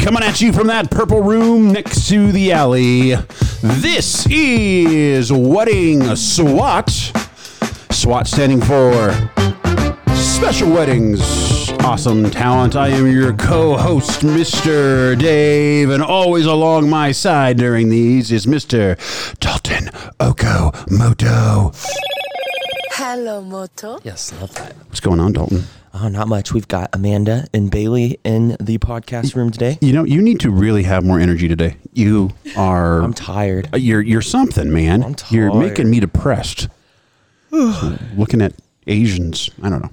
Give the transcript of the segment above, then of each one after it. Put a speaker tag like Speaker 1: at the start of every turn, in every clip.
Speaker 1: Coming at you from that purple room next to the alley. This is Wedding SWAT. SWAT standing for Special Weddings. Awesome talent. I am your co host, Mr. Dave, and always along my side during these is Mr. Dalton Okamoto.
Speaker 2: Hello, Moto.
Speaker 3: Yes, love that.
Speaker 1: What's going on, Dalton?
Speaker 3: Oh, not much. We've got Amanda and Bailey in the podcast room today.
Speaker 1: You know, you need to really have more energy today. You are.
Speaker 3: I'm tired.
Speaker 1: Uh, You're you're something, man.
Speaker 3: I'm
Speaker 1: You're
Speaker 3: tired.
Speaker 1: making me depressed. So, looking at Asians, I don't know.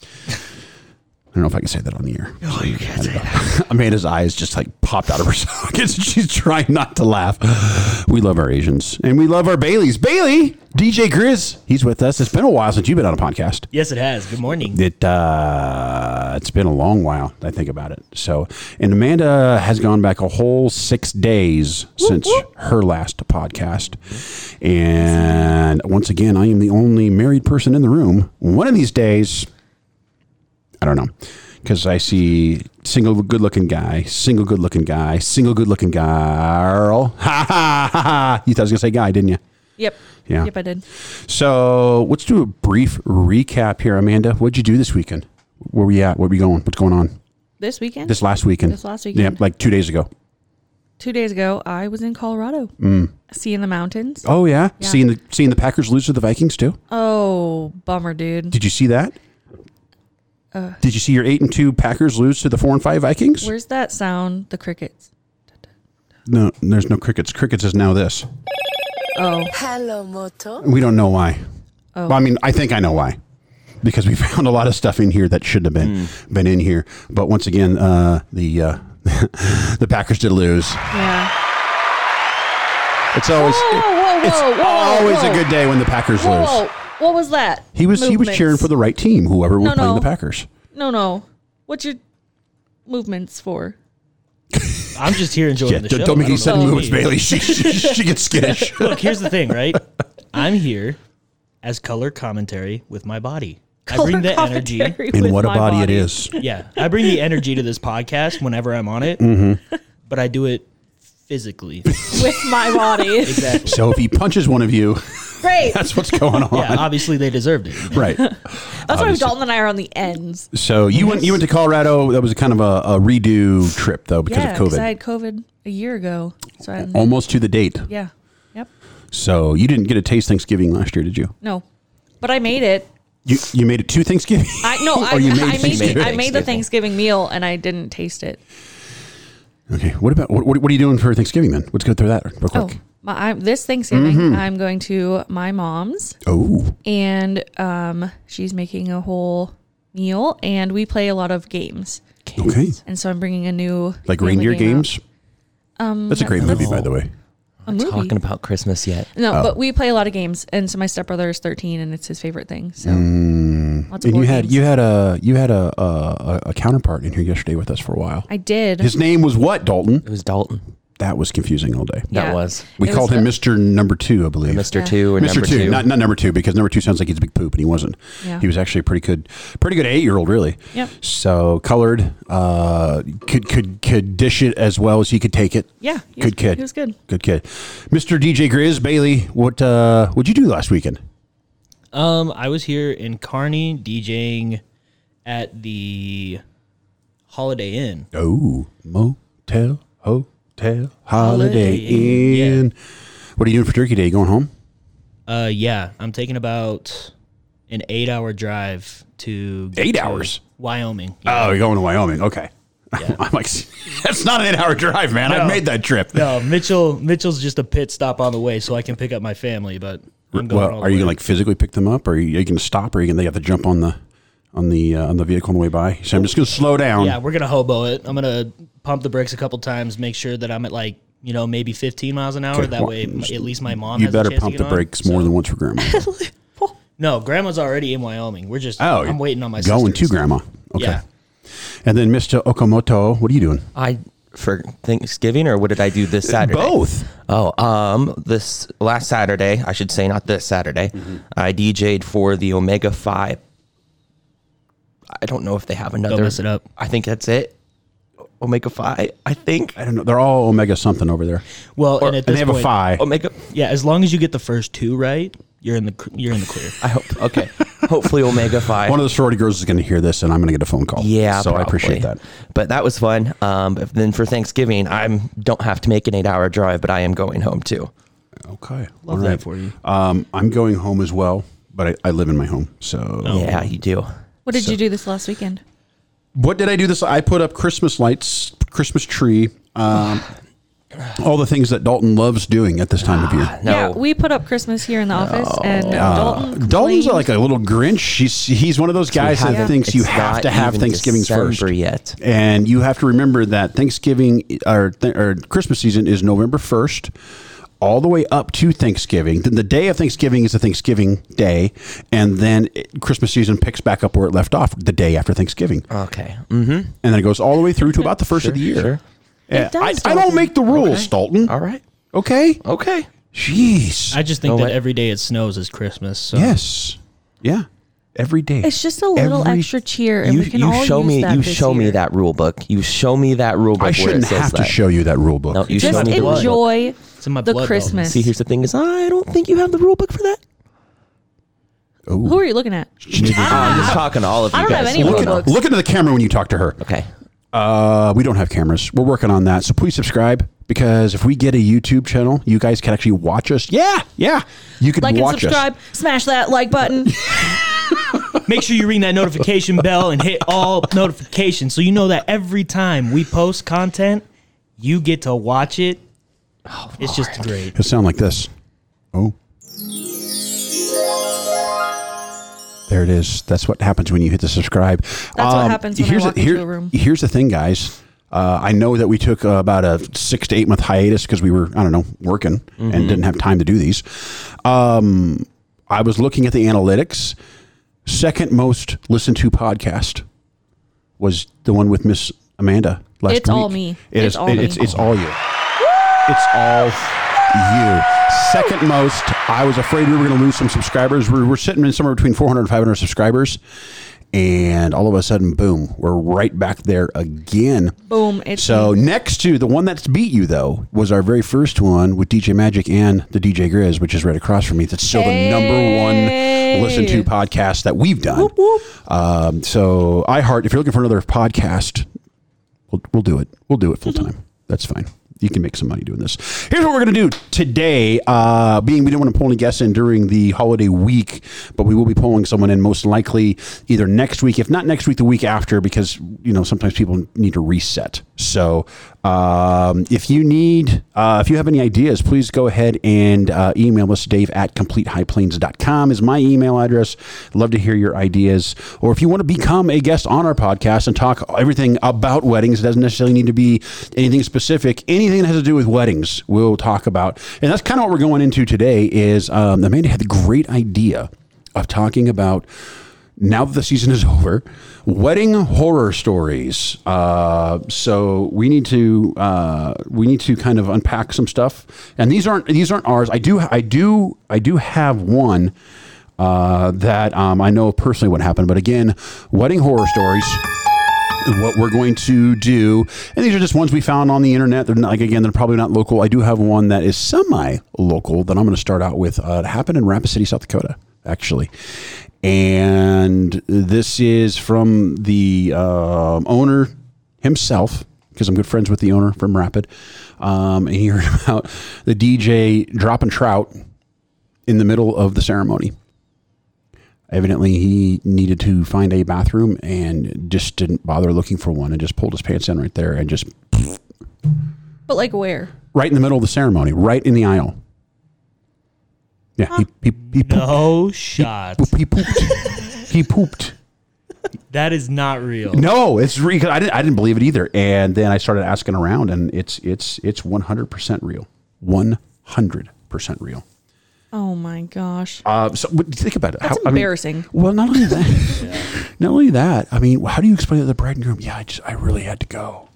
Speaker 1: I don't know if I can say that on the air. Oh, you can't say that. Amanda's eyes just like popped out of her sockets. She's trying not to laugh. We love our Asians and we love our Baileys. Bailey, DJ Grizz, he's with us. It's been a while since you've been on a podcast.
Speaker 4: Yes, it has. Good morning.
Speaker 1: It uh, it's been a long while. I think about it. So, and Amanda has gone back a whole six days since her last podcast. And once again, I am the only married person in the room. One of these days, I don't know, because I see single good-looking guy, single good-looking guy, single good-looking girl. Ha ha ha ha! You thought I was gonna say guy, didn't you?
Speaker 5: Yep.
Speaker 1: Yeah.
Speaker 5: Yep, I did.
Speaker 1: So let's do a brief recap here, Amanda. What'd you do this weekend? Where we at? Where we going? What's going on?
Speaker 5: This weekend,
Speaker 1: This last weekend.
Speaker 5: This last weekend.
Speaker 1: Yeah, like two days ago.
Speaker 5: two days ago, I was in Colorado, seeing the mountains.
Speaker 1: Mm. Oh yeah, seeing the seeing the Packers lose to the Vikings too.
Speaker 5: Oh, bummer, dude. Uh,
Speaker 1: Did you see that? Did you see your eight and two Packers lose to the four and five Vikings?
Speaker 5: Where's that sound? The crickets.
Speaker 1: No, there's no crickets. Crickets is now this.
Speaker 5: Oh,
Speaker 2: Hello, Moto.
Speaker 1: We don't know why.
Speaker 5: Oh.
Speaker 1: Well, I mean, I think I know why. Because we found a lot of stuff in here that shouldn't have been been in here. But once again, uh, the uh, the Packers did lose.
Speaker 5: yeah.
Speaker 1: It's always
Speaker 5: Whoa, whoa, whoa,
Speaker 1: it's
Speaker 5: whoa, whoa,
Speaker 1: always
Speaker 5: whoa.
Speaker 1: a good day when the Packers
Speaker 5: Whoa,
Speaker 1: lose.
Speaker 5: what was that?
Speaker 1: He was he was
Speaker 5: Movements.
Speaker 1: cheering for the right team, whoever was
Speaker 5: No,
Speaker 1: playing
Speaker 5: no.
Speaker 1: the Packers.
Speaker 5: No, no. What's your movements for?
Speaker 4: I'm just here enjoying
Speaker 1: Yeah,
Speaker 4: the
Speaker 1: don't,
Speaker 4: show.
Speaker 1: don't make
Speaker 4: I
Speaker 1: any
Speaker 4: know
Speaker 1: sudden
Speaker 4: what
Speaker 1: moves,
Speaker 4: you mean.
Speaker 1: Bailey. She, she, she gets skittish.
Speaker 4: Look, here's the thing, right? I'm here as color commentary with my body. I
Speaker 5: Color
Speaker 4: bring the energy.
Speaker 5: commentary
Speaker 1: and
Speaker 5: with
Speaker 1: what a
Speaker 5: my
Speaker 1: body, it is.
Speaker 4: Yeah, I bring the energy to this podcast whenever I'm on it,
Speaker 1: Mm-hmm.
Speaker 4: but I do it physically.
Speaker 5: With my body.
Speaker 4: Exactly.
Speaker 1: So if he punches one of you,
Speaker 5: Great. That's
Speaker 1: that's what's going on.
Speaker 4: Yeah, obviously they deserved it.
Speaker 1: Right.
Speaker 5: why Dalton and I are on the ends.
Speaker 1: So you went you went to Colorado. That was a kind of a, a redo trip though because
Speaker 5: yeah,
Speaker 1: of COVID.
Speaker 5: I had COVID a year ago. So I hadn't-
Speaker 1: Almost to the date.
Speaker 5: yeah. Yep.
Speaker 1: So you didn't get a taste Thanksgiving last year, did you?
Speaker 5: No. But I made it.
Speaker 1: You you made it to Thanksgiving.
Speaker 5: I no, I,
Speaker 1: Or Oh, you made
Speaker 5: I, made
Speaker 1: Thanksgiving.
Speaker 5: the, I made the Thanksgiving meal and I didn't taste it.
Speaker 1: Okay. What about what, what are you doing for Thanksgiving then? Let's go through that real
Speaker 5: Oh,
Speaker 1: quick.
Speaker 5: my, I, this Thanksgiving,
Speaker 1: Mm-hmm.
Speaker 5: I'm going to my mom's
Speaker 1: oh.
Speaker 5: and um, she's making a whole meal and we play a lot of games.
Speaker 1: Okay.
Speaker 5: And so I'm bringing a new
Speaker 1: Like
Speaker 5: family
Speaker 1: reindeer
Speaker 5: game out.
Speaker 1: games. Um, That's a great movie, by the way.
Speaker 5: A movie.
Speaker 3: Talking about Christmas yet?
Speaker 5: no,
Speaker 1: Oh.
Speaker 5: but we play a lot of games, and so my stepbrother is 13, and it's his favorite thing. So,
Speaker 1: Mm.
Speaker 5: lots of
Speaker 1: And you
Speaker 5: board
Speaker 1: had
Speaker 5: games.
Speaker 1: you had a you had a, a a counterpart in here yesterday with us for a while.
Speaker 5: I did.
Speaker 1: His name was what, Dalton?
Speaker 3: It was Dalton.
Speaker 1: That was confusing all day.
Speaker 3: That
Speaker 5: Yeah.
Speaker 3: was
Speaker 1: We
Speaker 5: It
Speaker 1: called
Speaker 5: was
Speaker 1: him
Speaker 5: the-
Speaker 1: Mister Number Two, I believe.
Speaker 3: Mr. Two or
Speaker 1: Mr.
Speaker 3: Number
Speaker 1: Two,
Speaker 3: Two.
Speaker 1: Not, not number two, because number two sounds like he's a big poop, and he wasn't.
Speaker 5: Yeah.
Speaker 1: He was actually a pretty good, pretty good eight year old, really.
Speaker 5: Yep.
Speaker 1: So colored, uh, could could could dish it as well as he could take it.
Speaker 5: Yeah, he
Speaker 1: good
Speaker 5: was-
Speaker 1: kid.
Speaker 5: he was good.
Speaker 1: Good kid. Mr. DJ Grizz Bailey, what uh, what'd you do last weekend?
Speaker 4: Um, I was here in Kearney DJing at the Holiday Inn.
Speaker 1: Oh, motel, hotel, holiday,
Speaker 4: Holiday
Speaker 1: inn.
Speaker 4: Inn,
Speaker 1: What are you doing for Turkey Day? You going home?
Speaker 4: Uh, yeah, I'm taking about an eight-hour drive to get
Speaker 1: Eight
Speaker 4: to
Speaker 1: hours?
Speaker 4: Wyoming.
Speaker 1: Oh, you're going to Wyoming. Okay. I'm like, that's not an eight hour drive, man. I
Speaker 4: No.
Speaker 1: made that trip.
Speaker 4: No, Mitchell. Mitchell's just a pit stop on the way, so I can pick up my family. But I'm going.
Speaker 1: Well,
Speaker 4: all
Speaker 1: are
Speaker 4: the
Speaker 1: you
Speaker 4: way.
Speaker 1: gonna like physically pick them up, or are you, are you gonna stop, or are you gonna they have to jump on the on the uh, on the vehicle on the way by? So I'm just gonna slow down.
Speaker 4: Yeah, we're gonna hobo it. I'm gonna pump the brakes a couple times, make sure that I'm at like you know maybe 15 miles an hour.
Speaker 1: Okay,
Speaker 4: that
Speaker 1: well,
Speaker 4: way, m- at least my mom.
Speaker 1: you
Speaker 4: has a
Speaker 1: better
Speaker 4: chance to
Speaker 1: pump
Speaker 4: get
Speaker 1: the
Speaker 4: on.
Speaker 1: brakes more than once for grandma.
Speaker 4: No, Grandma's already in Wyoming. We're just.
Speaker 1: oh,
Speaker 4: I'm waiting on my
Speaker 1: going to
Speaker 4: sister and stuff.
Speaker 1: grandma. Okay.
Speaker 4: Yeah.
Speaker 1: And then Mr. Okamoto, what are you doing?
Speaker 3: I for Thanksgiving or what did I do this Saturday?
Speaker 1: Both.
Speaker 3: Oh, um, this last Saturday, I should say, not this Saturday.
Speaker 1: Mm-hmm.
Speaker 3: I DJ'd for the Omega Phi. I don't know if they have another.
Speaker 4: mess it up.
Speaker 3: I think that's it. Omega Phi, I think.
Speaker 1: I don't know. They're all omega something over there.
Speaker 4: Well, and
Speaker 1: And
Speaker 4: at this
Speaker 1: they have
Speaker 4: point,
Speaker 1: a phi.
Speaker 3: Omega.
Speaker 4: Yeah, as long as you get the first two right, you're in the cl- you're in the clear.
Speaker 3: I hope. Okay. Hopefully, Omega Phi.
Speaker 1: One of the sorority girls is going to hear this, and I'm going to get a phone call.
Speaker 3: yeah.
Speaker 1: so I appreciate that.
Speaker 3: probably. But that was fun. Um, but then for Thanksgiving, I'm don't have to make an eight hour drive, but I am going home too.
Speaker 1: Okay,
Speaker 4: Love that for you.
Speaker 1: Um, I'm going home as well, but I, I live in my home. So
Speaker 3: Yeah, you do.
Speaker 5: What did you do this last weekend?
Speaker 1: what did I do this? I put up Christmas lights, Christmas tree, um, all the things that Dalton loves doing at this time of year.
Speaker 3: No.
Speaker 5: Yeah, we put up Christmas here in the office, and
Speaker 3: Ah,
Speaker 5: Dalton.
Speaker 1: Dalton's like
Speaker 5: complained.
Speaker 1: a little Grinch. He's he's one of those guys that
Speaker 5: haven't-
Speaker 1: thinks you
Speaker 3: It's
Speaker 1: have
Speaker 3: not
Speaker 1: to have
Speaker 3: even
Speaker 1: Thanksgivings
Speaker 3: December
Speaker 1: first.
Speaker 3: yet.
Speaker 1: And you have to remember that Thanksgiving or, th- or Christmas season is November 1st all the way up to Thanksgiving. Then the day of Thanksgiving is a Thanksgiving day. And then it, Christmas season picks back up where it left off the day after Thanksgiving.
Speaker 3: Okay. Mm-hmm.
Speaker 1: And then it goes all the way through to about the first of the year.
Speaker 3: sure.
Speaker 1: Yeah,
Speaker 5: It does,
Speaker 1: I, I don't
Speaker 5: Dalton.
Speaker 1: make the rules, Dalton.
Speaker 3: All right. Oh.
Speaker 1: Okay.
Speaker 3: Okay.
Speaker 1: Jeez.
Speaker 4: I just think
Speaker 3: No
Speaker 4: that
Speaker 3: way.
Speaker 4: every day it snows is Christmas. So.
Speaker 1: yes. Yeah. Every day.
Speaker 5: It's just a little
Speaker 1: Every-
Speaker 5: extra cheer, and we can all
Speaker 3: show
Speaker 5: use
Speaker 3: me
Speaker 5: that
Speaker 3: you
Speaker 5: this
Speaker 3: show me
Speaker 5: year.
Speaker 3: that rule book. You show me that rule book.
Speaker 1: I
Speaker 3: where it
Speaker 1: shouldn't
Speaker 3: says
Speaker 1: have to
Speaker 3: that.
Speaker 1: show you that rule book.
Speaker 3: No, you show
Speaker 5: Just
Speaker 3: me the rule book.
Speaker 5: enjoy
Speaker 4: It's in my
Speaker 5: the
Speaker 4: blood, Dalton.
Speaker 5: Christmas.
Speaker 3: See, here's the thing: is I don't think you have the rule book for that.
Speaker 5: Who are you looking at?
Speaker 3: I'm just talking to all of you
Speaker 5: Ah. I don't have
Speaker 3: guys.
Speaker 5: any
Speaker 3: You
Speaker 5: rule
Speaker 3: don't know.
Speaker 5: books.
Speaker 1: Look into the camera when you talk to her.
Speaker 3: Okay.
Speaker 1: Uh, we don't have cameras. We're working on that. So please subscribe because if we get a YouTube channel, you guys can actually watch us. Yeah, yeah. You can
Speaker 5: Like and
Speaker 1: watch
Speaker 5: subscribe. Smash that like button.
Speaker 4: Make sure you ring that notification bell and hit all notifications so you know that every time we post content, you get to watch it. it's just great.
Speaker 1: us. It'll sound like this. Oh. There it is. That's what happens when you hit the subscribe. That's
Speaker 5: what happens when I walk into a room.
Speaker 1: Here's the thing, guys. Uh, I know that we took uh, about a six to eight month hiatus because we were, I don't know, working and didn't have time to do these. Um, I was looking at the analytics. Second most listened to podcast was the one with Miss Amanda last
Speaker 5: It's
Speaker 1: week.
Speaker 5: all me.
Speaker 1: It
Speaker 5: It's
Speaker 1: is-
Speaker 5: all
Speaker 1: it-
Speaker 5: me.
Speaker 1: It's, it's all you. It's all you. Second most. I was afraid we were going to lose some subscribers. We were sitting in somewhere between 400 and 500 subscribers. And all of a sudden, boom, we're right back there again.
Speaker 5: Boom. It's
Speaker 1: So next to the one that's beat you though was our very first one with DJ Magic and the DJ Grizz, which is right across from me. That's still the number one listen to podcast that we've done. Um, so iHeart, if you're looking for another podcast, we'll, we'll do it. We'll do it full time. That's fine. You can make some money doing this. Here's what we're going to do today. Uh, being we didn't want to pull any guests in during the holiday week, but we will be pulling someone in most likely either next week, if not next week, the week after, because you know sometimes people need to reset. So um, if you need, uh, if you have any ideas, please go ahead and uh, email us. Dave at completehighplains.com is my email address. Love to hear your ideas, or if you want to become a guest on our podcast and talk everything about weddings. It doesn't necessarily need to be anything specific. Anything that has to do with weddings, we'll talk about. And that's kind of what we're going into today. Is um, Amanda had the great idea of talking about now that the season is over, wedding horror stories. Uh, so we need to uh, we need to kind of unpack some stuff. And these aren't these aren't ours. I do I do I do have one uh, that um, I know personally what happened. But again, wedding horror stories what we're going to do. And these are just ones we found on the internet. They're not, like again, they're probably not local. I do have one that is semi-local that I'm going to start out with. Uh, it happened in Rapid City, South Dakota, actually. And this is from the um, owner himself because I'm good friends with the owner from Rapid. Um, and he heard about the DJ dropping trout in the middle of the ceremony. Evidently, he needed to find a bathroom and just didn't bother looking for one and just pulled his pants down right there and just
Speaker 5: but like where?
Speaker 1: right in the middle of the ceremony, right in the aisle. Yeah, he, he, he, pooped.
Speaker 4: No shot.
Speaker 1: he pooped. he pooped.
Speaker 4: That is not real.
Speaker 1: No, it's re- 'cause I didn't. I didn't believe it either. And then I started asking around, and it's it's it's one hundred percent real. One hundred percent real.
Speaker 5: Oh my gosh.
Speaker 1: Uh, so but think about it.
Speaker 5: That's
Speaker 1: I mean-
Speaker 5: embarrassing.
Speaker 1: well, not only that, not only that. I mean, how do you explain to the bride and groom? Yeah, I just I really had to go.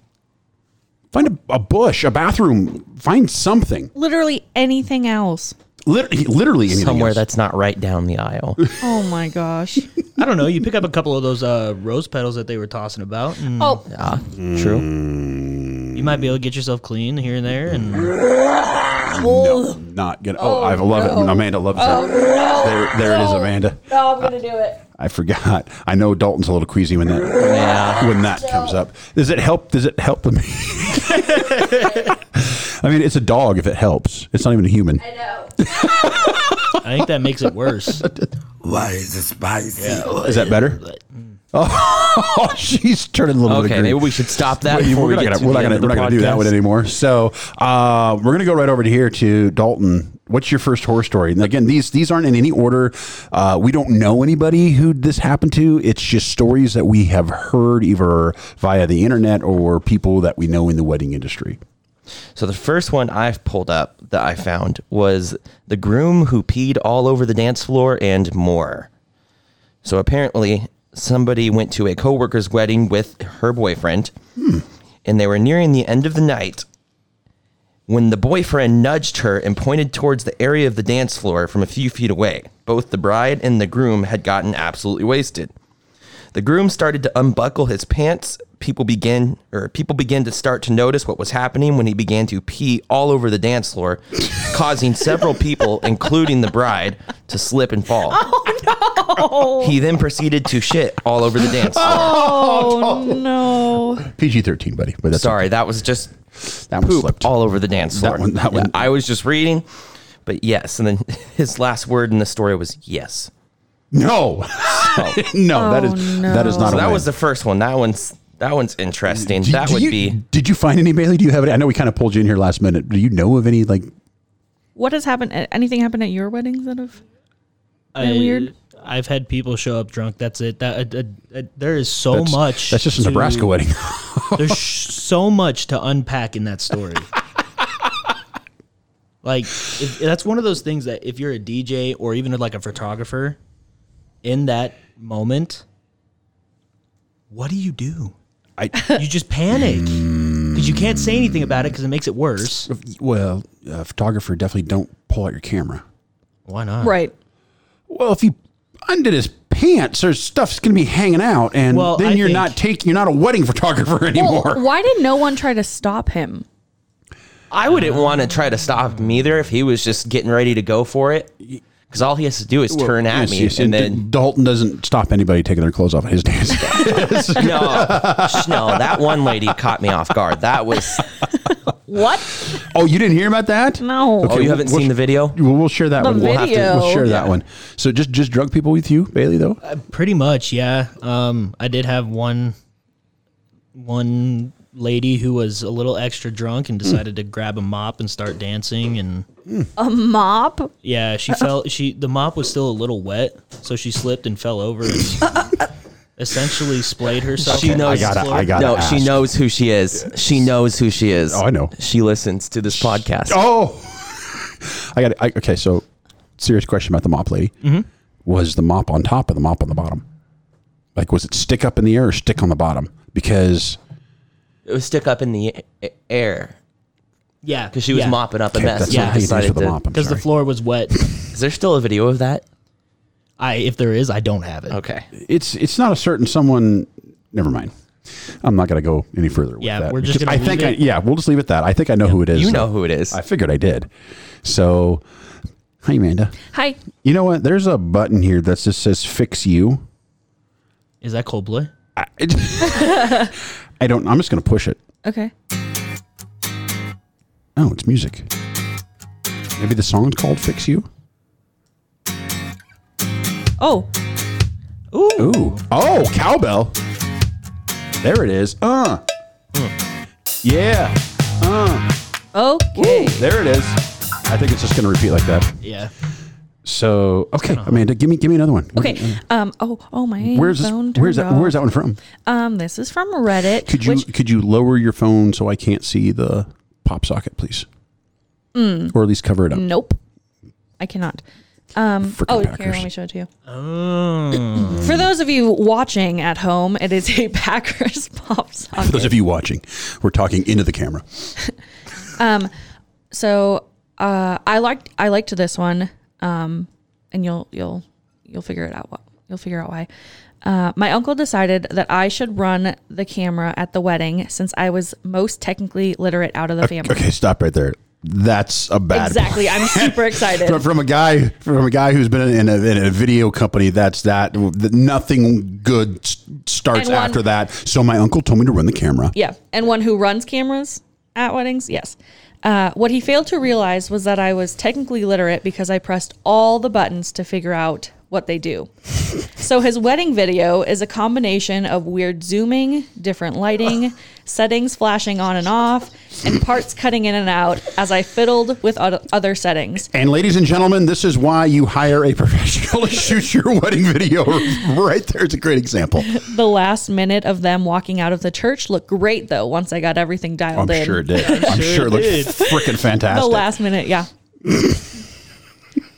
Speaker 1: Find a, a bush, a bathroom, find something.
Speaker 5: Literally anything else.
Speaker 1: Lit- literally anything
Speaker 3: somewhere
Speaker 1: else.
Speaker 3: that's not right down the aisle.
Speaker 5: Oh my gosh.
Speaker 4: I don't know. You pick up a couple of those uh, rose petals that they were tossing about, and
Speaker 5: Oh,
Speaker 3: Ah, true.
Speaker 4: you might be able to get yourself clean here and there. And
Speaker 1: no, not good. Oh, I love it. Amanda loves that. There, there it is, Amanda.
Speaker 5: oh no, I'm going to do it.
Speaker 1: I forgot. I know Dalton's a little queasy when that when that comes up. Does it help? Does it help them? I mean, it's a dog. If it helps, it's not even a human.
Speaker 4: I think that makes it worse.
Speaker 6: Why is it spicy?
Speaker 1: Is that better? Oh, she's turning a little bit.
Speaker 3: Okay,
Speaker 1: green.
Speaker 3: maybe we should stop that
Speaker 1: Wait,
Speaker 3: before
Speaker 1: we're
Speaker 3: we
Speaker 1: not
Speaker 3: get
Speaker 1: gonna, we're
Speaker 3: to the
Speaker 1: not
Speaker 3: end
Speaker 1: gonna,
Speaker 3: of the
Speaker 1: we're not gonna do that one
Speaker 3: podcast.
Speaker 1: anymore. So uh, we're gonna go right over to here to Dalton. What's your first horror story? And again, these these aren't in any order. Uh, we don't know anybody who this happened to. It's just stories that we have heard either via the internet or people that we know in the wedding industry.
Speaker 3: So the first one I've pulled up that I found was the groom who peed all over the dance floor and more. So apparently somebody went to a coworker's wedding with her boyfriend
Speaker 1: Hmm.
Speaker 3: and they were nearing the end of the night when the boyfriend nudged her and pointed towards the area of the dance floor from a few feet away. Both the bride and the groom had gotten absolutely wasted. The groom started to unbuckle his pants. People began or people began to start to notice what was happening when he began to pee all over the dance floor, causing several people, including the bride, to slip and fall.
Speaker 1: Oh,
Speaker 3: He then proceeded to shit all over the dance floor.
Speaker 5: Oh, no.
Speaker 1: PG thirteen, buddy. But that's
Speaker 3: Sorry, that was just
Speaker 1: that one
Speaker 3: poop
Speaker 1: slipped.
Speaker 3: all over the dance floor.
Speaker 1: That one- that
Speaker 3: Yeah,
Speaker 1: one-
Speaker 3: I was just reading, but yes. And then his last word in the story was yes.
Speaker 1: no,
Speaker 3: So,
Speaker 1: no, that
Speaker 5: Oh,
Speaker 1: is that is
Speaker 5: no.
Speaker 1: not.
Speaker 3: so
Speaker 1: a
Speaker 3: that
Speaker 1: win.
Speaker 3: was the first one. That one's that one's interesting.
Speaker 1: Do-
Speaker 3: that
Speaker 1: do
Speaker 3: would
Speaker 1: you-
Speaker 3: be
Speaker 1: Did you find any Bailey? Do you have any? I know we kind of pulled you in here last minute. Do you know of any like?
Speaker 5: What has happened? Anything happened at your weddings that have?
Speaker 4: I,
Speaker 5: weird?
Speaker 4: I've had people show up drunk. That's it. That uh, uh, uh, there is so much.
Speaker 1: That's just a
Speaker 4: to-
Speaker 1: Nebraska wedding.
Speaker 4: There's so much to unpack in that story. like if, that's one of those things that if you're a DJ or even like a photographer, in that moment, what do you do?
Speaker 1: I
Speaker 4: You just panic because you can't say anything about it because it makes it worse.
Speaker 1: well, uh, photographer definitely don't pull out your camera.
Speaker 4: Why not?
Speaker 5: Right.
Speaker 1: Well, if he undid his pants, there's stuff's gonna be hanging out, and
Speaker 4: Well,
Speaker 1: then
Speaker 4: I
Speaker 1: you're
Speaker 4: think-
Speaker 1: not taking you're not a wedding photographer anymore.
Speaker 5: Well, why did no one try to stop him?
Speaker 3: I wouldn't
Speaker 1: Um,
Speaker 3: want to try to stop him either if he was just getting ready to go for it. Because all he has to do is turn at
Speaker 1: Yes,
Speaker 3: me,
Speaker 1: yes,
Speaker 3: and
Speaker 1: D-
Speaker 3: then
Speaker 1: Dalton doesn't stop anybody taking their clothes off at his dance.
Speaker 3: no, sh- no. That one lady caught me off guard. That was.
Speaker 5: What?
Speaker 1: oh, you didn't hear about that?
Speaker 5: No.
Speaker 3: Oh, you haven't
Speaker 1: we'll-
Speaker 3: seen the video?
Speaker 1: We'll, we'll share that
Speaker 5: The
Speaker 1: one. We'll have to we'll
Speaker 5: video.
Speaker 1: share that one. So just just drug people with you, Bailey though.
Speaker 4: Pretty much, yeah. Um, I did have one one lady who was a little extra drunk and decided to grab a mop and start dancing and
Speaker 5: A mop?
Speaker 4: yeah, she fell she the mop was still a little wet, so she slipped and fell over and essentially splayed herself.
Speaker 3: She
Speaker 4: on
Speaker 3: knows.
Speaker 4: the
Speaker 1: I gotta-
Speaker 4: floor.
Speaker 1: I gotta-
Speaker 3: No, she
Speaker 1: ask.
Speaker 3: knows who she is. She knows who she is.
Speaker 1: Oh, I know.
Speaker 3: She listens to this podcast.
Speaker 1: Oh, I got. I, okay, so serious question about the mop lady.
Speaker 4: Mm-hmm.
Speaker 1: Was the mop on top or the mop on the bottom? Like, was it stick up in the air or stick on the bottom? Because
Speaker 3: It was stick up in the a- air
Speaker 4: Yeah.
Speaker 3: because she was
Speaker 4: yeah.
Speaker 3: mopping up a
Speaker 1: Okay,
Speaker 3: mess.
Speaker 1: that's
Speaker 3: and
Speaker 4: not how you
Speaker 1: dance
Speaker 3: decided
Speaker 1: with a
Speaker 3: to-
Speaker 1: mop. I'm
Speaker 4: Because the
Speaker 1: sorry.
Speaker 4: floor was wet.
Speaker 3: Is there still a video of that?
Speaker 4: I if there is, I don't have it.
Speaker 3: Okay.
Speaker 1: it's it's not a certain someone. Never mind. I'm not gonna go any further. With
Speaker 4: Yeah,
Speaker 1: that
Speaker 4: we're just
Speaker 1: because
Speaker 4: gonna
Speaker 1: I
Speaker 4: leave
Speaker 1: think. I,
Speaker 4: it.
Speaker 1: yeah, we'll just leave it at that. I think I know who it is.
Speaker 3: You
Speaker 1: though.
Speaker 3: know who it is.
Speaker 1: I figured I did. So, hi Amanda.
Speaker 5: Hi.
Speaker 1: You know what? There's a button here that just says "fix you."
Speaker 4: Is that Coldplay?
Speaker 1: I, I don't. I'm just gonna push it.
Speaker 5: Okay.
Speaker 1: Oh, it's music. Maybe the song's called Fix You?
Speaker 5: Oh,
Speaker 1: Ooh. Oh, cowbell. There it is. Uh. Yeah. Uh.
Speaker 5: okay.
Speaker 1: There it is. I think it's just going to repeat like that.
Speaker 4: Yeah.
Speaker 1: So, okay, Amanda, give me give me another one. Where-
Speaker 5: Okay. Um. Oh. Oh my.
Speaker 1: Where's this,
Speaker 5: phone
Speaker 1: where's
Speaker 5: turned
Speaker 1: that where's
Speaker 5: off.
Speaker 1: that one from?
Speaker 5: Um. This is from Reddit.
Speaker 1: Could you
Speaker 5: which-
Speaker 1: could you lower your phone so I can't see the pop socket, please?
Speaker 5: Mm.
Speaker 1: Or at least cover it up.
Speaker 5: nope. I cannot. Um.
Speaker 1: Frickin'
Speaker 5: oh, here.
Speaker 1: Packers.
Speaker 5: Let me show it to you.
Speaker 4: Oh.
Speaker 5: For those of you watching at home, it is a Packers pop
Speaker 1: For those
Speaker 5: socket.
Speaker 1: of you watching, we're talking into the camera.
Speaker 5: So Uh, I liked I liked this one. Um, and you'll you'll you'll figure it out. What you'll figure out why. Uh, my uncle decided that I should run the camera at the wedding since I was most technically literate out of the family.
Speaker 1: Okay, stop right there. That's a bad
Speaker 5: Exactly. I'm super excited.
Speaker 1: From, from a guy from a guy who's been in a, in a video company that's that that nothing good s- starts
Speaker 5: And one-
Speaker 1: after that so my uncle told me to run the camera
Speaker 5: Yeah. And one who runs cameras at weddings? Yes. Uh, what he failed to realize was that I was technically literate because I pressed all the buttons to figure out what they do. so his wedding video is a combination of weird zooming, different lighting, settings flashing on and off, and parts cutting in and out as I fiddled with o- other settings.
Speaker 1: and ladies and gentlemen this is why you hire a professional to shoot your wedding video right there it's a great example
Speaker 5: The last minute of them walking out of the church looked great though once I got everything dialed
Speaker 1: I'm
Speaker 5: in.
Speaker 1: sure it did I'm sure it looked freaking
Speaker 5: the
Speaker 1: fantastic
Speaker 5: last minute, yeah.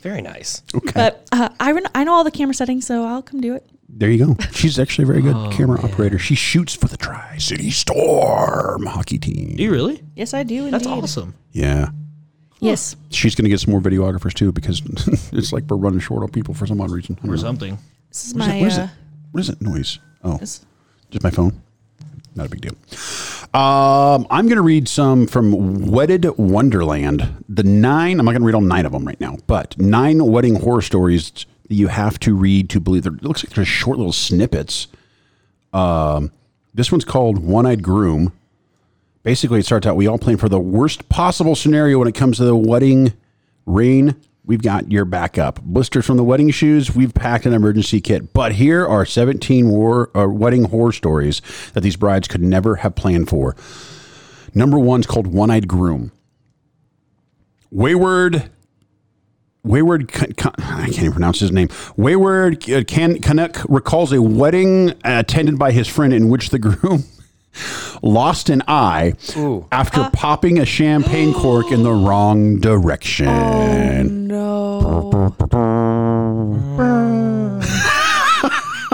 Speaker 3: Very nice.
Speaker 5: But uh, I, run, I know all the camera settings, so I'll come do it.
Speaker 1: there you go she's actually a very good
Speaker 5: Oh,
Speaker 1: camera operator she shoots for the Tri-City Storm hockey team
Speaker 4: Do you really?
Speaker 5: Yes, I do. Indeed.
Speaker 4: That's awesome.
Speaker 1: yeah
Speaker 5: Yes.
Speaker 1: she's going to get some more videographers too because it's like we're running short on people for some odd reason I don't
Speaker 4: Or
Speaker 1: know.
Speaker 4: something.
Speaker 5: This is
Speaker 1: What is,
Speaker 5: my.
Speaker 1: that, what, is
Speaker 5: uh,
Speaker 1: it? what is that noise? Oh,
Speaker 5: this-
Speaker 1: just my phone. Not a big deal. Um, I'm going to read some from Wedded Wonderland. The nine, I'm not going to read all nine of them right now, but nine wedding horror stories that you have to read to believe. They're, it looks like they're short little snippets. Um, this one's called One Eyed Groom. Basically, it starts out we all plan for the worst possible scenario when it comes to the wedding Rain, we've got your backup. Blisters from the wedding shoes, we've packed an emergency kit. But here are 17 war, uh, wedding horror stories that these brides could never have planned for. Number one's called One Eyed Groom. Wayward. Wayward, Con- Con- I can't even pronounce his name. Wayward uh, Can- Canuck recalls a wedding attended by his friend in which the groom lost an eye after popping a champagne cork in the wrong direction.
Speaker 5: no.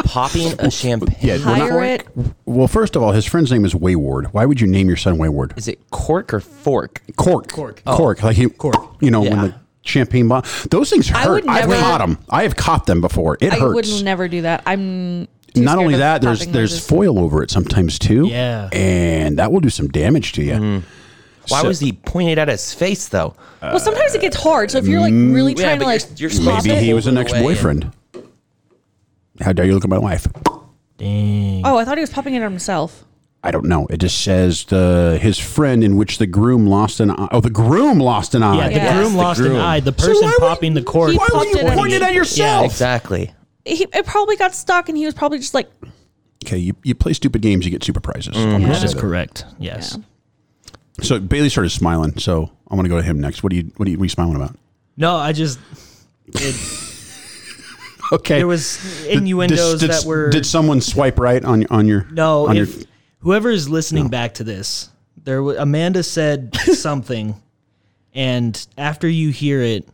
Speaker 3: Popping a champagne.
Speaker 1: Yeah, we're not-
Speaker 5: Hire it.
Speaker 1: well, first of all, his friend's name is Wayward. Why would you name your son Wayward?
Speaker 3: Is it cork or fork?
Speaker 1: Cork. Cork. Cork. Like he, cork. You know, when
Speaker 3: Yeah.
Speaker 1: the champagne bottle. Those things hurt.
Speaker 5: I would
Speaker 1: I've
Speaker 5: never-
Speaker 1: caught them. I have caught them before. It
Speaker 5: I
Speaker 1: hurts.
Speaker 5: would never do that. I'm. too
Speaker 1: Not
Speaker 5: scared
Speaker 1: only
Speaker 5: of
Speaker 1: that, there's
Speaker 5: popping
Speaker 1: there's
Speaker 5: noises.
Speaker 1: foil over it sometimes too.
Speaker 4: Yeah.
Speaker 1: And that will do some damage to you.
Speaker 3: Why was he pointing it at his face though?
Speaker 5: well, sometimes it gets hard. So if you're like
Speaker 1: Mm.
Speaker 5: really
Speaker 3: yeah,
Speaker 5: trying to
Speaker 3: but
Speaker 5: like,
Speaker 3: you're- you're
Speaker 5: pop
Speaker 3: supposed
Speaker 1: Maybe
Speaker 5: it-
Speaker 1: he was an
Speaker 3: Over the
Speaker 1: ex
Speaker 3: way in.
Speaker 1: boyfriend. How dare you look at my wife?
Speaker 4: Dang.
Speaker 5: oh, I thought he was popping it on himself.
Speaker 1: I don't know. It just says the his friend in which the groom lost an eye. Oh, the groom lost an eye.
Speaker 4: Yeah, the
Speaker 5: Yes.
Speaker 4: groom
Speaker 5: The
Speaker 4: lost
Speaker 1: groom.
Speaker 4: an eye. The person popping the cork.
Speaker 5: he popped it at me.
Speaker 1: yourself?
Speaker 3: Exactly.
Speaker 5: He, it probably got stuck, and he was probably just like,
Speaker 1: Okay, you, you play stupid games, you get super prizes.
Speaker 5: Mm-hmm.
Speaker 4: That is correct. Yes.
Speaker 1: So Bailey started smiling. So I'm going to go to him next. What do you what are you, what are you smiling about?
Speaker 4: No, I just it,
Speaker 1: Okay,
Speaker 4: there was innuendos
Speaker 1: did,
Speaker 4: that were
Speaker 1: Did someone swipe right on on your?
Speaker 4: no.
Speaker 1: on
Speaker 4: If
Speaker 1: your,
Speaker 4: whoever is listening back to this, there wa Amanda said something, and after you hear it,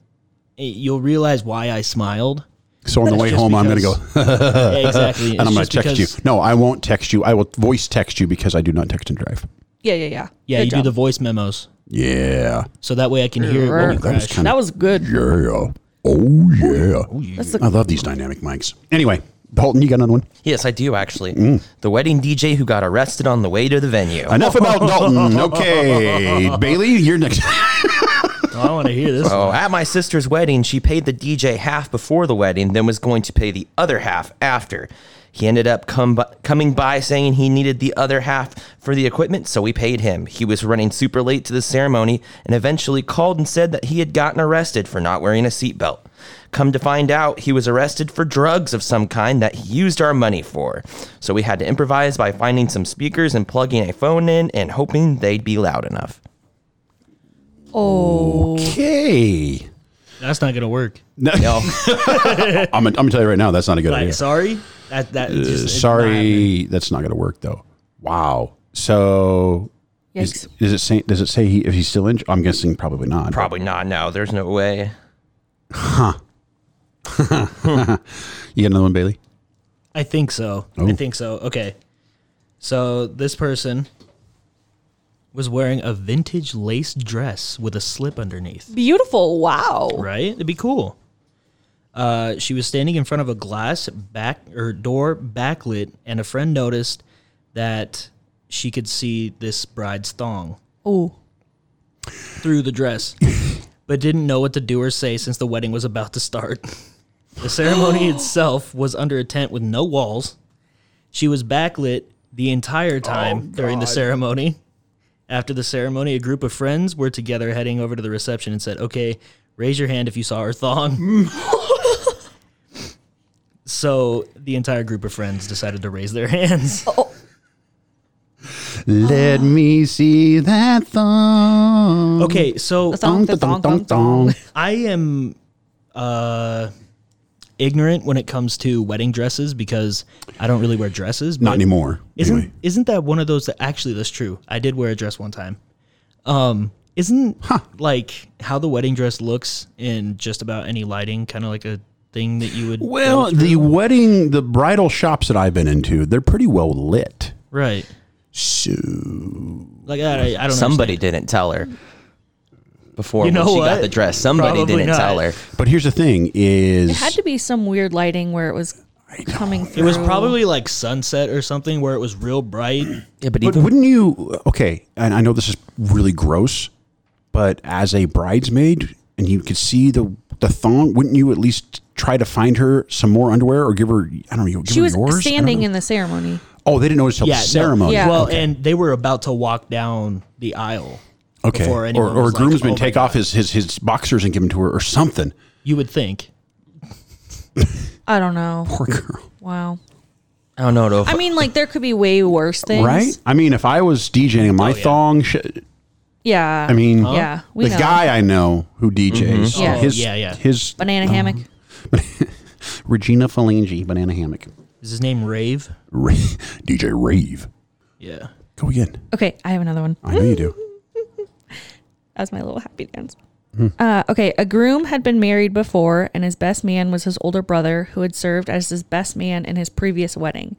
Speaker 4: it, you'll realize why I smiled.
Speaker 1: so on the way
Speaker 4: Just
Speaker 1: home, I'm going to go
Speaker 4: because- Yeah, exactly.
Speaker 1: and I'm going to text you. No, I won't text you. I will voice text you because I do not text and drive.
Speaker 5: yeah, yeah, yeah.
Speaker 4: Yeah,
Speaker 5: Good
Speaker 4: you
Speaker 5: job.
Speaker 4: do the voice memos,
Speaker 1: Yeah,
Speaker 4: so that way I can hear it when you
Speaker 1: that was
Speaker 4: crash.
Speaker 1: kind
Speaker 5: That
Speaker 1: of
Speaker 5: was good.
Speaker 1: yeah. Oh yeah,
Speaker 5: That's the
Speaker 1: I love these dynamic mics. Anyway, Bolton, you got another one?
Speaker 3: Yes, I do actually. The wedding DJ who got arrested on the way to the venue.
Speaker 1: Enough about Dalton. Okay, Bailey, you're next.
Speaker 4: I want to hear this.
Speaker 3: Oh, at my sister's wedding, she paid the DJ half before the wedding, then was going to pay the other half after. He ended up come by, coming by saying he needed the other half for the equipment, so we paid him. He was running super late to the ceremony and eventually called and said that he had gotten arrested for not wearing a seatbelt. Come to find out, he was arrested for drugs of some kind that he used our money for. So we had to improvise by finding some speakers and plugging a phone in and hoping they'd be loud enough.
Speaker 1: Okay.
Speaker 4: That's not gonna work.
Speaker 1: No. I'm, gonna- I'm gonna tell you right now, that's not a good
Speaker 4: Like,
Speaker 1: idea.
Speaker 4: sorry, that that just,
Speaker 1: Uh,
Speaker 4: it's not happening.
Speaker 1: sorry, that's not gonna work though. Wow. So, is,
Speaker 5: Yikes.
Speaker 1: is it say? Does it say he, if he's still in? I'm guessing probably not.
Speaker 3: Probably not. No, there's no way.
Speaker 1: You got another one, Bailey?
Speaker 4: I think so. I think so. Okay. So this person was wearing a vintage lace dress with a slip underneath.
Speaker 5: Beautiful. Wow.
Speaker 4: Right? It'd be cool. Uh, she was standing in front of a glass back or door backlit, and a friend noticed that she could see this bride's thong
Speaker 5: Ooh.
Speaker 4: through the dress, but didn't know what to do or say since the wedding was about to start. The ceremony itself was under a tent with no walls. She was backlit the entire time during the ceremony. After the ceremony, a group of friends were together heading over to the reception and said, Okay, raise your hand if you saw her thong. so the entire group of friends decided to raise their hands.
Speaker 1: Let me see that thong.
Speaker 4: Okay, so
Speaker 5: The thong, the thong, thong, thong.
Speaker 4: I am uh, ignorant when it comes to wedding dresses because I don't really wear dresses. But
Speaker 1: Not anymore.
Speaker 4: Isn't
Speaker 1: anyway.
Speaker 4: isn't that one of those that actually that's true? I did wear a dress one time. Um, isn't like how the wedding dress looks in just about any lighting kind of like a thing that you would go
Speaker 1: Well,
Speaker 4: through?
Speaker 1: the wedding, the bridal shops that I've been into, they're pretty well lit.
Speaker 4: right
Speaker 1: So
Speaker 4: like I, I don't
Speaker 3: Somebody didn't tell her before when
Speaker 4: You know
Speaker 3: she
Speaker 4: what?
Speaker 3: got the dress. Somebody
Speaker 4: Probably
Speaker 3: didn't
Speaker 4: not.
Speaker 3: tell her.
Speaker 1: But here's the thing: is
Speaker 5: It had to be some weird lighting where it was coming
Speaker 4: It
Speaker 5: through.
Speaker 4: was probably like sunset or something where it was real bright.
Speaker 3: Yeah, but
Speaker 1: but
Speaker 3: even
Speaker 1: wouldn't you? Okay, and I know this is really gross, but as a bridesmaid, and you could see the the thong, wouldn't you at least try to find her some more underwear or give her? I don't know. Give
Speaker 5: She
Speaker 1: her
Speaker 5: was
Speaker 1: yours? I don't
Speaker 5: standing
Speaker 1: know.
Speaker 5: in the ceremony.
Speaker 1: Oh, they didn't notice till
Speaker 4: Yeah,
Speaker 1: the
Speaker 4: no.
Speaker 1: ceremony.
Speaker 5: Yeah.
Speaker 4: Well,
Speaker 5: Okay.
Speaker 4: and they were about to walk down the aisle.
Speaker 1: Okay.
Speaker 4: Before
Speaker 1: Or,
Speaker 4: anyone
Speaker 1: or a
Speaker 4: was like,
Speaker 1: groomsman
Speaker 4: "Oh my
Speaker 1: take off his, his his boxers and give them to her or something.
Speaker 4: You would think.
Speaker 5: I don't know.
Speaker 1: Poor girl.
Speaker 5: Wow.
Speaker 3: I don't know. If,
Speaker 5: I mean, like there could be way worse things,
Speaker 1: Right? I mean, if I was DJing
Speaker 4: Oh,
Speaker 1: my thong, sh-
Speaker 5: Yeah.
Speaker 1: I mean,
Speaker 5: yeah. We
Speaker 1: the
Speaker 5: know.
Speaker 1: guy I know who DJs,
Speaker 5: Yeah.
Speaker 1: his,
Speaker 4: Mm-hmm. Oh, yeah, yeah.
Speaker 1: his
Speaker 5: banana hammock.
Speaker 1: Regina Falange banana hammock,
Speaker 4: Is his name Rave?
Speaker 1: Ra- DJ Rave.
Speaker 4: Yeah.
Speaker 1: Go again.
Speaker 5: Okay, I have another one.
Speaker 1: I know you do.
Speaker 5: That's my little happy dance.
Speaker 1: Hmm.
Speaker 5: Uh, okay, a groom had been married before, and his best man was his older brother, who had served as his best man in his previous wedding.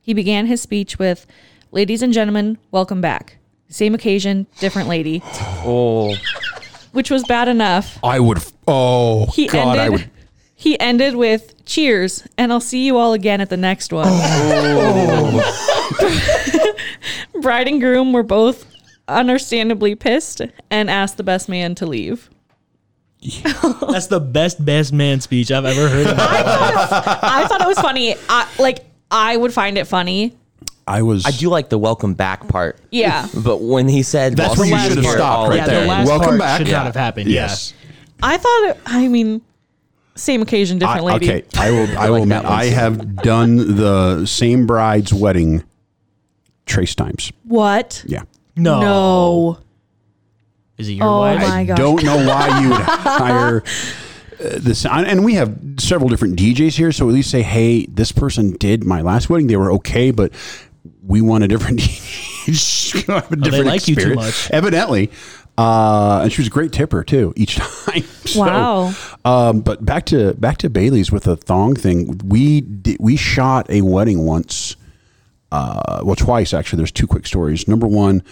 Speaker 5: He began his speech with, "Ladies and gentlemen, welcome back. Same occasion, different lady,"
Speaker 3: oh,
Speaker 5: which was bad enough.
Speaker 1: I would. f- Oh
Speaker 5: He
Speaker 1: God,
Speaker 5: ended.
Speaker 1: I would.
Speaker 5: He ended with, "Cheers, and I'll see you all again at the next one."
Speaker 1: Oh.
Speaker 5: Bride and groom were both understandably pissed and asked the best man to leave.
Speaker 4: That's the best best man speech I've ever heard. in my life.
Speaker 5: I thought it was funny. I, like I would find it funny.
Speaker 1: I was.
Speaker 3: I do like the welcome back part.
Speaker 5: Yeah,
Speaker 3: But when he said,
Speaker 1: That's
Speaker 3: "Well,
Speaker 1: where you
Speaker 3: see
Speaker 1: should have
Speaker 3: here all
Speaker 1: stopped right
Speaker 3: at
Speaker 1: there.
Speaker 4: the
Speaker 3: once,"
Speaker 4: last
Speaker 1: Welcome
Speaker 4: part
Speaker 1: back.
Speaker 4: should
Speaker 1: Yeah.
Speaker 4: not have happened.
Speaker 1: yes.
Speaker 5: I thought. It, I mean, same occasion,
Speaker 1: I,
Speaker 5: different lady.
Speaker 1: okay, I will. I,
Speaker 3: like
Speaker 1: will admit,
Speaker 3: that one.
Speaker 1: I have done the same bride's wedding trace times.
Speaker 5: What?
Speaker 1: Yeah.
Speaker 4: Yeah. No.
Speaker 5: No.
Speaker 4: Is it your
Speaker 5: Oh
Speaker 4: wife?
Speaker 5: my-
Speaker 1: I
Speaker 5: gosh.
Speaker 1: don't know why you would hire uh, this. And we have several different DJs here, so at least say, hey, this person did my last wedding. They were okay, but we want a different DJ. have a different
Speaker 4: Oh, like you too
Speaker 1: experience.
Speaker 4: much.
Speaker 1: Evidently. Uh, and she was a great tipper too each time. So,
Speaker 5: Wow.
Speaker 1: Um, but back to back to Bailey's with the thong thing. We did, we shot a wedding once uh, well, twice actually. There's two quick stories. Number one,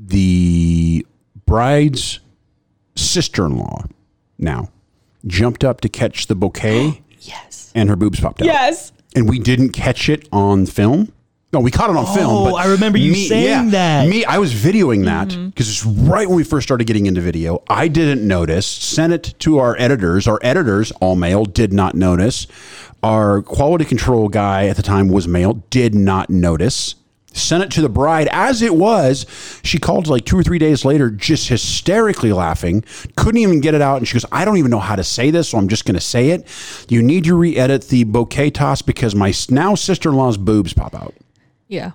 Speaker 1: the bride's sister-in-law now jumped up to catch the bouquet,
Speaker 5: Yes.
Speaker 1: and her boobs popped out.
Speaker 5: Yes.
Speaker 1: and we didn't catch it on film. No, we caught it on film.
Speaker 4: Oh,
Speaker 1: But
Speaker 4: I remember you saying that.
Speaker 1: Me, I was videoing that because it's right when we first started getting into video. I didn't notice. Sent it to our editors. Our editors, all male, did not notice. Our quality control guy at the time was male. Did not notice. Sent it to the bride as it was. She called like two or three days later, just hysterically laughing. Couldn't even get it out. And she goes, I don't even know how to say this, so I'm just going to say it. You need to re edit the bouquet toss because my s- now sister in law's boobs pop out.
Speaker 5: Yeah.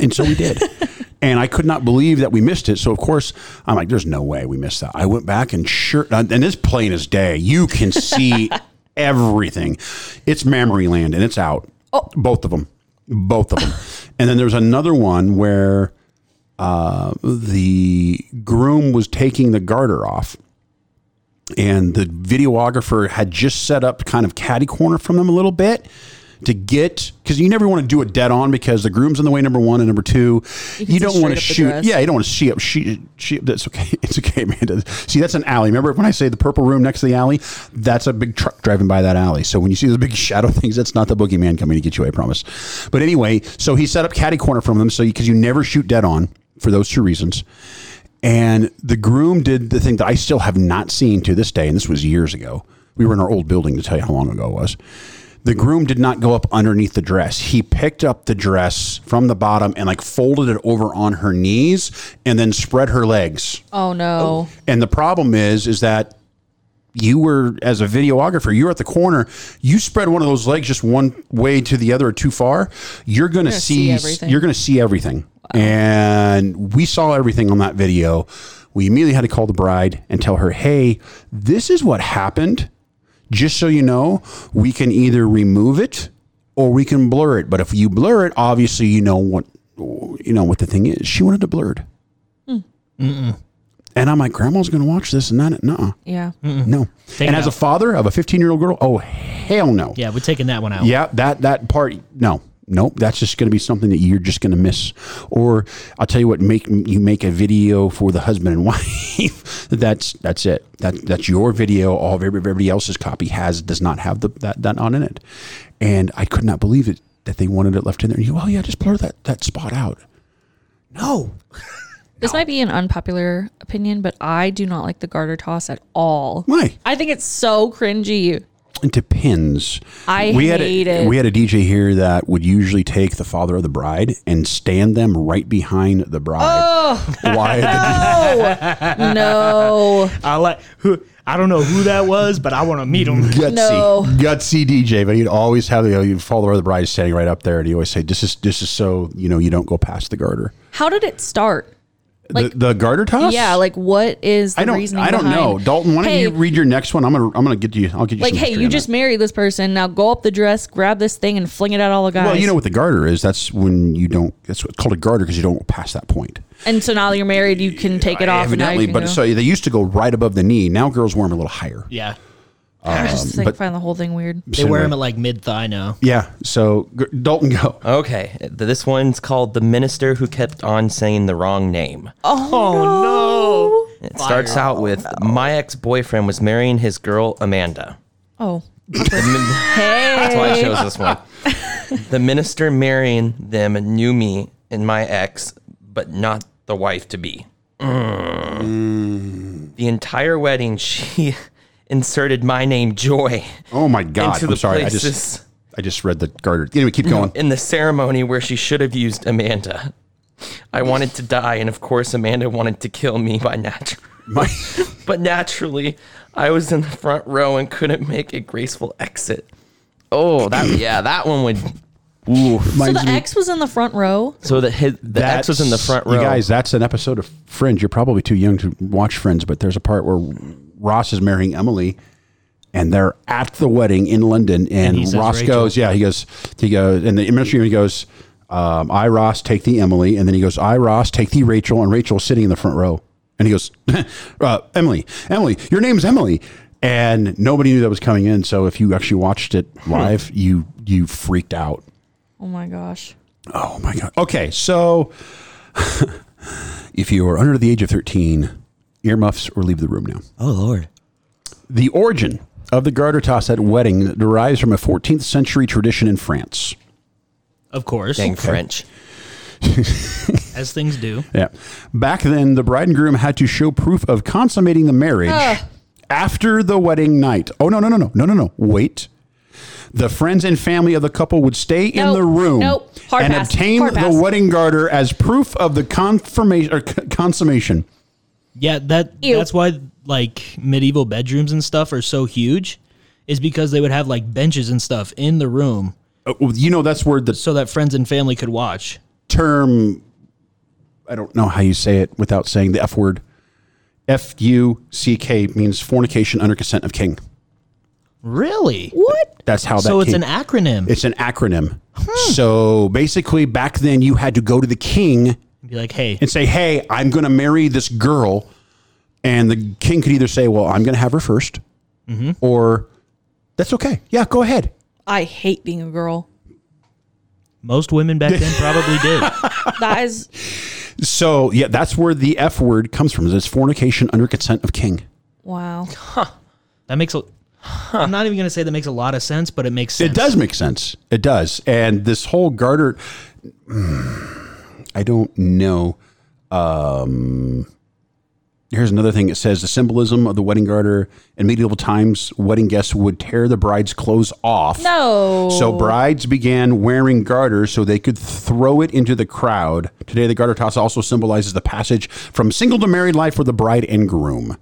Speaker 1: And so we did. and I could not believe that we missed it. So of course, I'm like, there's no way we missed that. I went back and sure, and it's plain as day. You can see everything. It's memory land and it's out. Oh. Both of them. Both of them. and then there's another one where uh, the groom was taking the garter off and the videographer had just set up kind of caddy corner from them a little bit to get because you never want to do it dead on because the groom's in the way number one and number two you,
Speaker 5: can see
Speaker 1: don't want to
Speaker 5: straight up the
Speaker 1: shoot
Speaker 5: dress.
Speaker 1: yeah you don't want to see up she, she that's okay it's okay Amanda see that's an alley remember when I say the purple room next to the alley that's a big truck driving by that alley so when you see those big shadow things that's not the boogeyman coming to get you I promise but anyway so he set up catty corner from them so because you never shoot dead on for those two reasons and the groom did the thing that I still have not seen to this day, and this was years ago. We were in our old building to tell you how long ago it was. The groom did not go up underneath the dress. He picked up the dress from the bottom and like folded it over on her knees and then spread her legs.
Speaker 5: Oh no.
Speaker 1: And the problem is, is that you were as a videographer, you're at the corner, you spread one of those legs just one way to the other or too far, you're gonna,
Speaker 5: see
Speaker 1: see,
Speaker 5: everything.
Speaker 1: you're gonna see everything. And we saw everything on that video. We immediately had to call the bride and tell her, hey, this is what happened. Just so you know, we can either remove it or we can blur it. But if you blur it, obviously you know what you know what the thing is. She wanted it blurred. And I'm like, grandma's gonna watch this and that. Nuh-uh.
Speaker 5: Yeah.
Speaker 1: No.
Speaker 4: Take
Speaker 1: and
Speaker 4: it
Speaker 1: as a
Speaker 4: out.
Speaker 1: father of a 15 year old girl, oh hell no.
Speaker 4: Yeah, we're taking that one out.
Speaker 1: Yeah, that that part, no, nope. That's just going to be something that you're just going to miss. Or I'll tell you what, make you make a video for the husband and wife. that's that's it. That that's your video. All of everybody, everybody else's copy has does not have the that that on in it. And I could not believe it that they wanted it left in there. And you, oh yeah, just blur that that spot out. No,
Speaker 5: This might be an unpopular opinion, but I do not like the garter toss at all.
Speaker 1: why?
Speaker 5: I think it's so cringy.
Speaker 1: It depends.
Speaker 5: I
Speaker 1: we had
Speaker 5: hate
Speaker 1: a,
Speaker 5: it.
Speaker 1: We had a DJ here that would usually take the father of the bride and stand them right behind the bride. Why?
Speaker 5: No.
Speaker 4: I like who I don't know who that was, but I want to meet him.
Speaker 1: gutsy,
Speaker 5: No.
Speaker 1: gutsy DJ, but he'd always have the you know, you'd follow the bride standing right up there, and he always say, "This is this is so you know you don't go past the garter,
Speaker 5: How did it start? Like-
Speaker 1: the, the garter toss."
Speaker 5: Yeah, like what is the
Speaker 1: I don't
Speaker 5: reasoning
Speaker 1: I don't know,
Speaker 5: behind-
Speaker 1: Dalton. Why don't
Speaker 5: Hey,
Speaker 1: you read your next one? I'm gonna I'm gonna get you. I'll get you.
Speaker 5: like,
Speaker 1: some
Speaker 5: hey,
Speaker 1: history
Speaker 5: you
Speaker 1: on
Speaker 5: just
Speaker 1: that.
Speaker 5: married this person. Now go up the dress, grab this thing, and fling it at all the guys.
Speaker 1: Well, you know what the garter is. That's when you don't. That's what's called a garter because you don't pass that point.
Speaker 5: and so now you're married. You can take it off. and now you
Speaker 1: Evidently,
Speaker 5: can
Speaker 1: but
Speaker 5: go.
Speaker 1: so they used to go right above the knee. Now girls wear them a little higher.
Speaker 4: Yeah,
Speaker 5: I just like
Speaker 1: but-
Speaker 5: find the whole thing weird.
Speaker 4: they wear him at like mid thigh now.
Speaker 1: Yeah. So G- Dalton, go.
Speaker 3: Okay, th- this one's called The Minister Who Kept On Saying the Wrong Name.
Speaker 4: Oh no!
Speaker 3: It starts out with My ex boyfriend was marrying his girl, Amanda.
Speaker 5: Oh, hey,
Speaker 3: That's why I chose this one. the minister marrying them knew me and my ex, but not the wife to be.
Speaker 1: Mm.
Speaker 3: The entire wedding, she inserted my name, Joy,
Speaker 1: Oh my God!
Speaker 3: into
Speaker 1: I'm
Speaker 3: the
Speaker 1: sorry.
Speaker 3: places
Speaker 1: I just I just read the garter. Anyway, keep going.
Speaker 3: in the ceremony where she should have used Amanda. I wanted to die, and of course, Amanda wanted to kill me by natural.
Speaker 1: My-
Speaker 3: But naturally, I was in the front row and couldn't make a graceful exit. Oh, that yeah, that one would.
Speaker 5: so the ex was in the front row.
Speaker 3: So the his, the X was in the front row.
Speaker 1: You guys, that's an episode of Fringe. You're probably too young to watch Fringe, but there's a part where Ross is marrying Emily, and they're at the wedding in London, and,
Speaker 4: he says
Speaker 1: Ross
Speaker 4: Rachel.
Speaker 1: goes, "Yeah." He goes, he goes, and the ministry he goes, um, "I Ross take the Emily," and then he goes, "I Ross take the Rachel," and Rachel's sitting in the front row, and he goes, uh, "Emily, Emily, your name's Emily." And nobody knew that was coming in. So if you actually watched it live,
Speaker 3: Hmm.
Speaker 1: you you freaked out.
Speaker 5: Oh my gosh.
Speaker 1: Oh my god. Okay, so if you are under the age of 13, earmuffs or leave the room now.
Speaker 4: Oh lord!
Speaker 1: The origin of the garter toss at wedding derives from a 14th century tradition in France.
Speaker 4: Of course,
Speaker 3: Dang French.
Speaker 4: as things do.
Speaker 1: Yeah. Back then, the bride and groom had to show proof of consummating the marriage after the wedding night. Oh no, no, no, no. No, no, no. Wait. The friends and family of the couple would stay in
Speaker 5: Nope.
Speaker 1: the room
Speaker 5: Nope. Hard
Speaker 1: and
Speaker 5: pass.
Speaker 1: obtain
Speaker 5: Hard
Speaker 1: the
Speaker 5: pass.
Speaker 1: wedding garter as proof of the confirmation or c- consummation.
Speaker 4: Yeah, that
Speaker 5: Ew.
Speaker 4: that's why like medieval bedrooms and stuff are so huge, is because they would have like benches and stuff in the room
Speaker 1: Uh, well, you know that's where the
Speaker 4: so that friends and family could watch.
Speaker 1: term I don't know how you say it without saying the F word. F U C K means fornication under consent of king.
Speaker 4: Really?
Speaker 5: What?
Speaker 1: That's how that
Speaker 4: So it's
Speaker 1: came-
Speaker 4: an acronym.
Speaker 1: it's an acronym. So basically back then you had to go to the king
Speaker 4: Be like, hey,
Speaker 1: and say, "Hey, I'm going to marry this girl." And the king could either say, "Well, I'm going to have her
Speaker 4: Mm-hmm.
Speaker 1: 1st or "That's okay. Yeah, go ahead."
Speaker 5: I hate being a girl.
Speaker 4: Most women back then probably did.
Speaker 5: That is
Speaker 1: So yeah, that's where the F word comes from. It's fornication under consent of king.
Speaker 5: wow.
Speaker 4: That makes a. am not even going to say that makes a lot of sense, but it makes sense.
Speaker 1: It does make sense. It does. And this whole garter, I don't know. Um, here's another thing. It says the symbolism of the wedding garter in medieval times, wedding guests would tear the bride's clothes off.
Speaker 5: No.
Speaker 1: So brides began wearing garters so they could throw it into the crowd. Today, the garter toss also symbolizes the passage from single to married life for the bride and groom.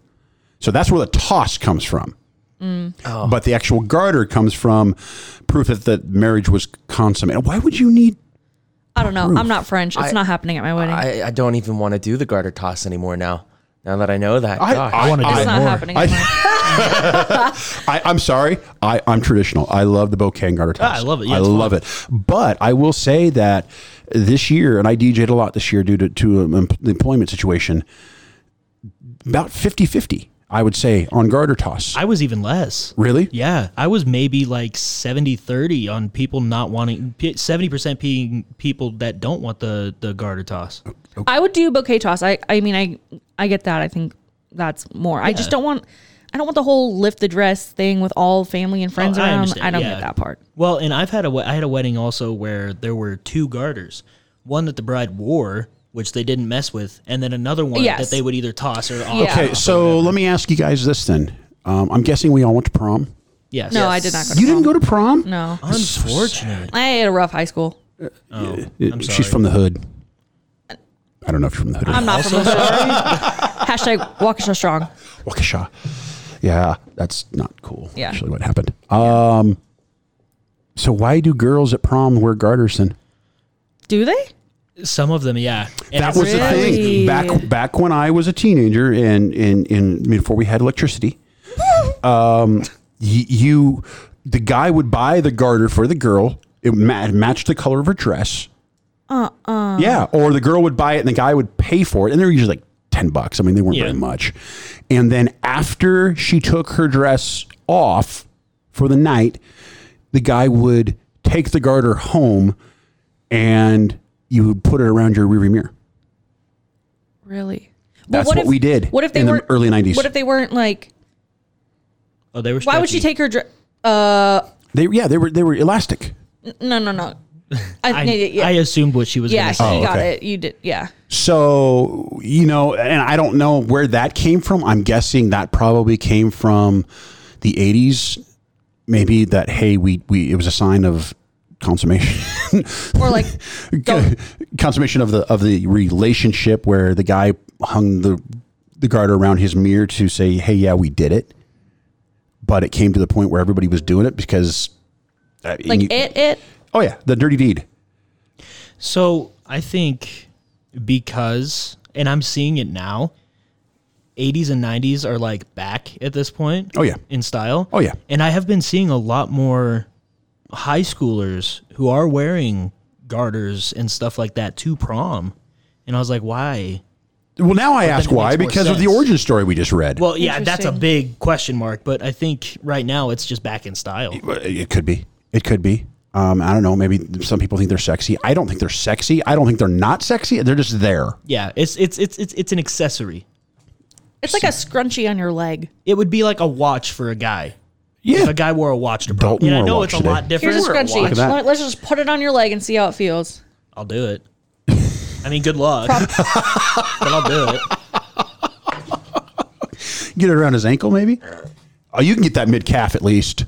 Speaker 1: So that's where the toss comes from.
Speaker 5: Mm.
Speaker 4: Oh.
Speaker 1: But the actual garter comes from proof that the marriage was consummated. Why would you need?
Speaker 5: I don't know. I'm not French. It's
Speaker 3: I-
Speaker 5: not happening at my wedding.
Speaker 3: I, I don't even want to do the garter toss anymore now. Now that I know that. Gosh.
Speaker 4: I wanna do
Speaker 5: it's
Speaker 4: it
Speaker 5: not
Speaker 4: more.
Speaker 5: happening.
Speaker 1: I-
Speaker 5: at my-
Speaker 1: I, I'm sorry. I, I'm traditional. I love the bouquet and garter toss.
Speaker 4: Ah, I love it. Yeah,
Speaker 1: I
Speaker 4: it's
Speaker 1: love it. But I will say that this year, and I DJ'd a lot this year due to, to um, the employment situation, about 50 50, I would say, on garter toss.
Speaker 4: I was even less.
Speaker 1: really?
Speaker 4: Yeah, I was maybe like 70 30 on people not wanting 70% being people that don't want the the garter toss.
Speaker 5: I would do bouquet toss. I I mean I I get that. I think that's more. I just don't want I don't want the whole lift the dress thing with all family and friends
Speaker 4: Oh, I
Speaker 5: around.
Speaker 4: understand.
Speaker 5: I, don't
Speaker 4: Yeah.
Speaker 5: get that part.
Speaker 4: Well, and I've had a we- I had a wedding also where there were two garters. One that the bride wore, which they didn't mess with, and then another one
Speaker 5: Yes.
Speaker 4: that they would either toss or off.
Speaker 5: Yeah.
Speaker 1: Okay, so let me ask you guys this then. Um, I'm guessing we all went to prom.
Speaker 4: Yes.
Speaker 5: No, I did not go to
Speaker 1: You didn't
Speaker 5: prom.
Speaker 1: go to prom?
Speaker 5: No.
Speaker 4: Unfortunate.
Speaker 5: I had a rough high school.
Speaker 1: It-
Speaker 4: I'm
Speaker 1: She's
Speaker 4: sorry.
Speaker 1: from the hood. I don't know if you're from the hood. or
Speaker 5: Uh, I'm not from Missouri. Hashtag Waukesha strong.
Speaker 1: Waukesha. Yeah, that's not cool.
Speaker 5: Yeah.
Speaker 1: Actually, what happened. Um, so why do girls at prom wear garters then?
Speaker 5: Do they?
Speaker 4: Some of them, yeah. And
Speaker 1: that
Speaker 4: it's-
Speaker 1: was
Speaker 5: Really?
Speaker 1: the thing back back when I was a teenager and in in before we had electricity. Um, y- you the guy would buy the garter for the girl. It ma- matched the color of her dress. Uh uh Yeah, or the girl would buy it and the guy would pay for it, and they're usually like ten bucks. I mean, they weren't
Speaker 4: Yeah.
Speaker 1: very much. And then after she took her dress off for the night, the guy would take the garter home and you would put it around your rearview mirror.
Speaker 5: Really? But
Speaker 1: That's what we did
Speaker 5: What if they
Speaker 1: in the
Speaker 5: weren't
Speaker 1: early 90s.
Speaker 5: What if they weren't like?
Speaker 4: oh, they were.
Speaker 5: Why would she
Speaker 4: stretchy.
Speaker 5: take her? Dr- uh,
Speaker 1: They yeah, they were they were elastic.
Speaker 5: no, no, no. I,
Speaker 4: I,
Speaker 5: yeah,
Speaker 4: I assumed what she was.
Speaker 5: yeah,
Speaker 4: gonna
Speaker 5: she
Speaker 4: say.
Speaker 5: got
Speaker 1: okay.
Speaker 5: it. You did, yeah.
Speaker 1: So, you know, and I don't know where that came from. I'm guessing that probably came from the 80s. Maybe that hey, we we it was a sign of consummation.
Speaker 5: Or like, don't-
Speaker 1: consummation of the of the relationship where the guy hung the the garter around his mirror to say, "Hey, yeah, we did it." But it came to the point where everybody was doing it because uh,
Speaker 5: like
Speaker 1: you-
Speaker 5: it, it.
Speaker 1: Oh yeah, the dirty deed.
Speaker 4: So I think because, and I'm seeing it now, 80s and 90s are like back at this point.
Speaker 1: Oh, yeah.
Speaker 4: In style.
Speaker 1: Oh, yeah.
Speaker 4: And I have been seeing a lot more high schoolers who are wearing garters and stuff like that to prom. And I was like, why?
Speaker 1: Well, now I ask
Speaker 4: it
Speaker 1: why
Speaker 4: makes more
Speaker 1: because of the
Speaker 4: sense.
Speaker 1: origin story we just read.
Speaker 4: Well, yeah, that's a
Speaker 5: Interesting.
Speaker 4: big question mark, but I think right now it's just back in style.
Speaker 1: it could be. It could be. Um, I don't know. Maybe some people think they're sexy. I don't think they're sexy. I don't think they're not sexy. They're just there.
Speaker 4: Yeah, it's it's it's it's it's an accessory.
Speaker 5: It's like a scrunchie on your leg.
Speaker 4: It would be like a watch for a guy. If
Speaker 1: Yeah.
Speaker 4: a guy wore a watch to prom.
Speaker 1: Don't
Speaker 4: And I
Speaker 1: wear a
Speaker 4: know
Speaker 1: watch
Speaker 4: it's a
Speaker 1: today.
Speaker 4: lot different.
Speaker 5: Here's a scrunchie.
Speaker 1: Look at that.
Speaker 5: Let- Let's just put it on your leg and see how it feels.
Speaker 4: I'll do it. I mean, good luck. but I'll do it.
Speaker 1: Get it around his ankle, maybe. Oh, you can get that mid calf at least.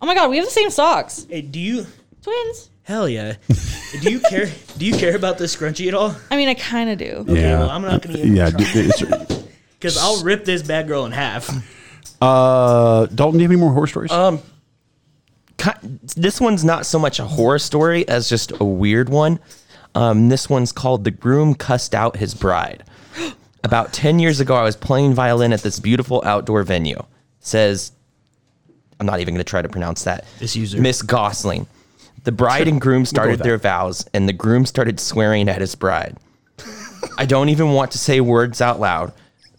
Speaker 5: Oh my god, we have the same socks,
Speaker 4: Hey, do you?
Speaker 5: twins.
Speaker 4: Hell yeah. do you care? Do you care about this scrunchie at all?
Speaker 5: I mean, I kind of do.
Speaker 1: yeah.
Speaker 4: well, I'm not gonna even
Speaker 1: yeah.
Speaker 4: try.
Speaker 1: d- it's-
Speaker 4: Because I'll rip this bad girl in half.
Speaker 1: uh, Dalton, do you have any more horror stories?
Speaker 4: Um,
Speaker 3: Ki- this one's not so much a horror story as just a weird one. Um, this one's called The Groom Cussed Out His Bride. About 10 years ago, I was playing violin at this beautiful outdoor venue. Says, I'm not even going to try to pronounce that.
Speaker 4: This user.
Speaker 3: Miss Gosling. The bride and groom started
Speaker 1: with
Speaker 3: their vows, and the groom started swearing at his bride. I don't even want to say words out loud,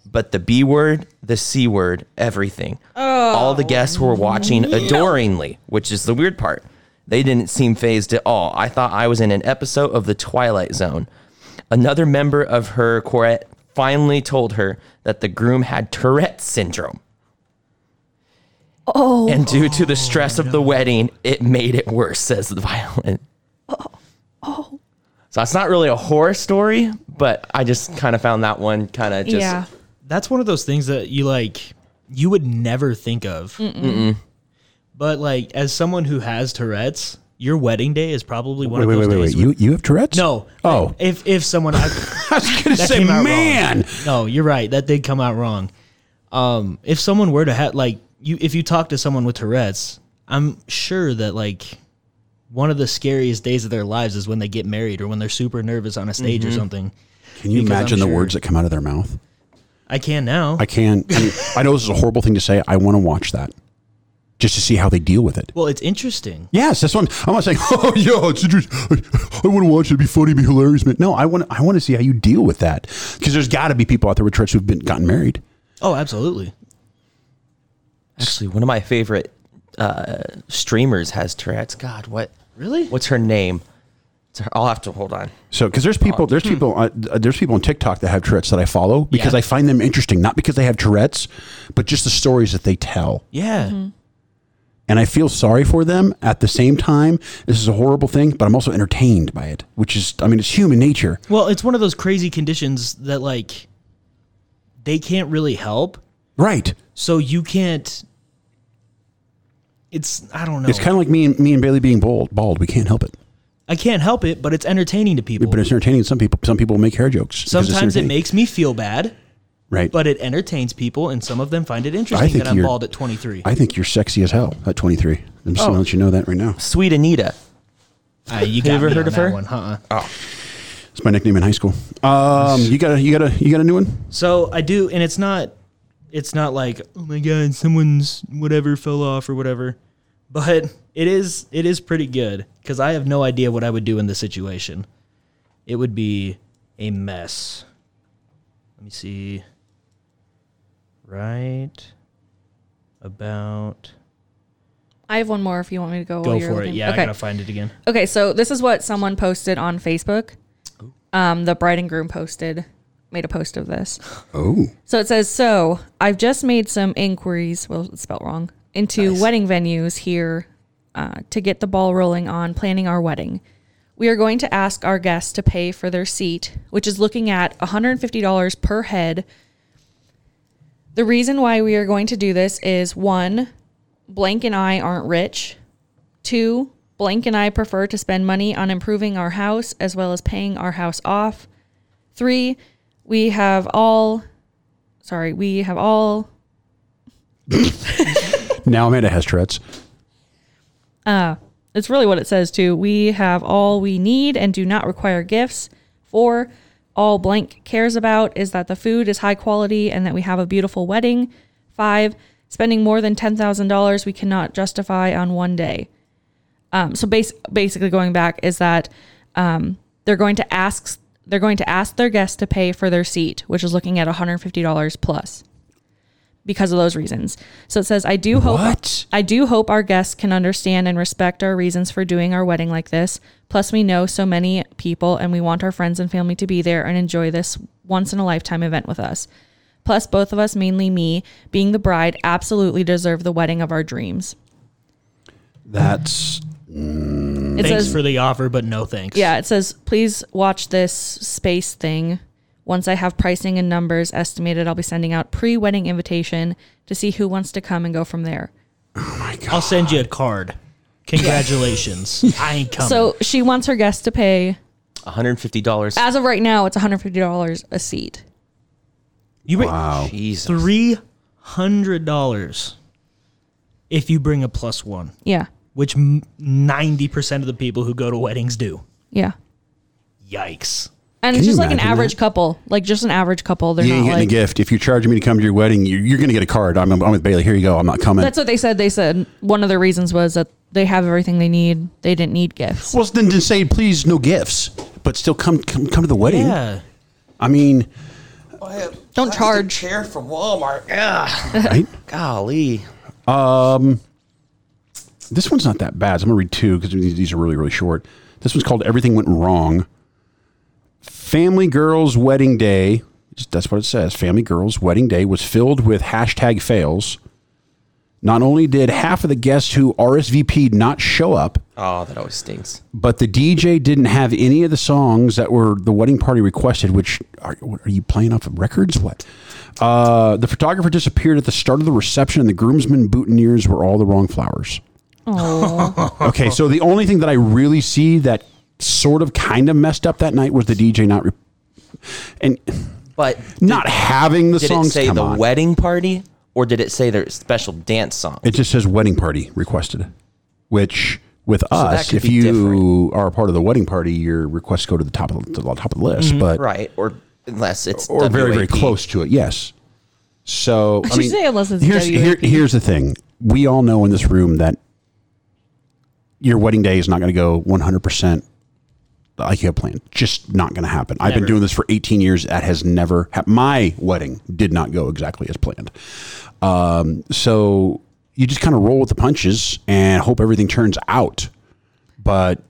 Speaker 3: but the B word, the C Oh. word, everything. All the guests were watching adoringly, which is the weird part. They didn't seem phased at all. I thought I was in an episode of The Twilight Zone. Another member of her quartet finally told her that the groom had Tourette's syndrome. Oh. And due to the stress of the wedding, it made it worse, says the violin. Oh. So it's not really a horror story, but I just kind of found that one kind of just.
Speaker 5: yeah.
Speaker 4: That's one of those things that you like you would never think of. But like as someone who has Tourette's, your wedding day is probably one
Speaker 1: Wait,
Speaker 4: of
Speaker 1: wait,
Speaker 4: those
Speaker 1: wait, wait,
Speaker 4: days.
Speaker 1: wait.
Speaker 4: where-
Speaker 1: You you have Tourette's?
Speaker 4: no.
Speaker 1: Oh.
Speaker 4: If if someone I,
Speaker 1: I was gonna
Speaker 4: that
Speaker 1: say,
Speaker 4: came out wrong.
Speaker 1: man.
Speaker 4: No, you're right. That did come out wrong. Um, if someone were to have like you, if you talk to someone with Tourette's, I'm sure that like one of the scariest days of their lives is when they get married or when they're super nervous on a stage or something.
Speaker 1: Can you
Speaker 4: Because I'm
Speaker 1: imagine the
Speaker 4: sure-
Speaker 1: words that come out of their mouth?
Speaker 4: I can now.
Speaker 1: I can. I, mean, I know this is a horrible thing to say. I want to watch that just to see how they deal with it.
Speaker 4: well, it's interesting.
Speaker 1: Yes, that's what I'm, I'm not saying. Oh, yeah, it's interesting. I, want to watch it. It'd be funny, it'd be hilarious. Man. No, I want. I want to see how you deal with that because there's got to be people out there with Tourette's who've been gotten married.
Speaker 4: Oh, absolutely.
Speaker 3: Actually, one of my favorite uh, streamers has Tourette's. God, what?
Speaker 4: Really?
Speaker 3: What's her name? It's her- I'll have to hold on.
Speaker 1: So, because there's people, there's people, uh, there's people on TikTok that have Tourette's that I follow because
Speaker 4: Hmm. Yeah.
Speaker 1: I find them interesting, not because they have Tourette's, but just the stories that they tell.
Speaker 4: Yeah.
Speaker 1: And I feel sorry for them. At the same time, this is a horrible thing, but I'm also entertained by it, which is, I mean, it's human nature.
Speaker 4: Well, it's one of those crazy conditions that like they can't really help,
Speaker 1: Right.
Speaker 4: so you can't. It's I don't know.
Speaker 1: It's kind of like me and me and Bailey being bald. Bald. We can't help it,
Speaker 4: I can't help it, but it's entertaining to people.
Speaker 1: but it's entertaining. to Some people. Some people make hair jokes. because it's
Speaker 4: Sometimes it
Speaker 1: entertaining.
Speaker 4: makes me feel bad,
Speaker 1: right.
Speaker 4: but it entertains people, and some of them find it interesting
Speaker 1: think
Speaker 4: that I'm
Speaker 1: you're-
Speaker 4: bald at 23. I,
Speaker 1: I think you're sexy as hell at 23. I'm
Speaker 5: Oh.
Speaker 1: just gonna let you know that right now.
Speaker 3: Sweet Anita.
Speaker 4: you got
Speaker 3: ever
Speaker 4: me
Speaker 3: heard
Speaker 4: on
Speaker 3: of
Speaker 4: that
Speaker 3: her?
Speaker 4: One, huh?
Speaker 1: It's my nickname in high school. Um, you got a you got a you got a new one?
Speaker 4: So I do, and it's not, it's not like oh my god, someone's whatever fell off or whatever, but it is, it is pretty good because I have no idea what I would do in this situation. It would be a mess. Let me see. Right about
Speaker 5: I have one more if you want me to go.
Speaker 4: go
Speaker 5: while you're
Speaker 4: for
Speaker 5: looking.
Speaker 4: it. Yeah,
Speaker 5: Okay.
Speaker 4: I gotta find it again.
Speaker 5: Okay, so this is what someone posted on Facebook. Um, the bride and groom posted, made a post of this.
Speaker 1: Oh,
Speaker 5: So it says, So I've just made some inquiries, well, it's spelled wrong, into wedding venues here uh, to get the ball rolling on planning our wedding. We are going to ask our guests to pay for their seat, which is looking at $150 per head. The reason why we are going to do this is one, Blank and I aren't rich. Two, Blank and I prefer to spend money on improving our house as well as paying our house off. Three, we have all, sorry, we have all,
Speaker 1: now Amanda has Tourette's.
Speaker 5: it's really what it says too. We have all we need and do not require gifts. Four, all blank cares about is that the food is high quality and that we have a beautiful wedding. Five, spending more than $10,000 we cannot justify on one day. Um, so bas- basically going back is that um, they're going to ask they're going to ask their guests to pay for their seat, which is looking at $150 plus because of those reasons. So it says I do hope
Speaker 1: What?
Speaker 5: I do hope our guests can understand and respect our reasons for doing our wedding like this. Plus we know so many people and we want our friends and family to be there and enjoy this once in a lifetime event with us. Plus both of us, mainly me, being the bride, absolutely deserve the wedding of our dreams.
Speaker 1: That's
Speaker 5: It
Speaker 4: Thanks
Speaker 5: says
Speaker 4: for the offer, but no thanks.
Speaker 5: Yeah, it says, please watch this space thing. Once I have pricing and numbers estimated, I'll be sending out pre wedding invitation to see who wants to come and go from there.
Speaker 4: I'll send you a card. Congratulations. I ain't coming.
Speaker 5: So she wants her guests to pay.
Speaker 3: $150.
Speaker 5: As of right now, it's $150 a seat.
Speaker 4: you bring
Speaker 3: Jesus.
Speaker 4: three hundred dollars if you bring a plus one,
Speaker 5: Yeah.
Speaker 4: which ninety percent of the people who go to weddings do.
Speaker 5: Yeah.
Speaker 4: Yikes.
Speaker 5: And
Speaker 1: Can
Speaker 5: it's
Speaker 1: you
Speaker 5: just like an
Speaker 1: imagine
Speaker 5: average
Speaker 1: that?
Speaker 5: couple, like just an average couple. They're
Speaker 1: you ain't
Speaker 5: not
Speaker 1: getting a
Speaker 5: like.
Speaker 1: gift. If you charge me to come to your wedding, you're, you're gonna get a card. I'm, I'm with Bailey. Here you go. I'm not coming.
Speaker 5: That's what they said. They said one of the reasons was that they have everything they need. They didn't need gifts.
Speaker 1: well, then just say please no gifts, but still come come, come to the wedding.
Speaker 4: Yeah.
Speaker 1: I mean,
Speaker 5: Don't charge.
Speaker 3: Chair from Walmart. Ugh.
Speaker 1: right?
Speaker 3: Golly.
Speaker 1: This one's not that bad. So I'm going to read two because these these are really, really short. This one's called Everything Went Wrong. Family Girls Wedding Day. just- That's what it says. Family Girls Wedding Day was filled with hashtag fails. Not only did half of the guests who RSVP'd not show up,
Speaker 3: Oh, that always stinks.
Speaker 1: but the DJ didn't have any of the songs that were the wedding party requested. Which are, what, are you playing off of records? What? Uh, the photographer disappeared at the start of the reception, and the groomsmen boutonnieres were all the wrong flowers. okay, so the only thing that I really see that sort of kind of messed up that night was the DJ not re- and
Speaker 3: But
Speaker 1: not having the
Speaker 3: did it
Speaker 1: songs.
Speaker 3: say
Speaker 1: come
Speaker 3: the
Speaker 1: on.
Speaker 3: wedding party or did it say their special dance song?
Speaker 1: It just says wedding party requested, which with
Speaker 3: that
Speaker 1: us,
Speaker 3: could
Speaker 1: if
Speaker 3: be
Speaker 1: you
Speaker 3: different.
Speaker 1: are a part of the wedding party, your requests go to the top of the, to the top of the list, but
Speaker 3: right. Or unless it's
Speaker 1: or very very
Speaker 3: WAP.
Speaker 1: cless to it. Yes. So I
Speaker 5: should
Speaker 1: mean,
Speaker 5: say unless it's
Speaker 1: here's, here-
Speaker 5: WAP.
Speaker 1: here's the thing: we all know in this room that your wedding day is not going to go 100 percent like you have planned. Just not going to happen. I've been
Speaker 4: Never.
Speaker 1: doing this for 18 years. That has never happened. My wedding did not go exactly as planned. Um, so you just kind of roll with the punches and hope everything turns out, but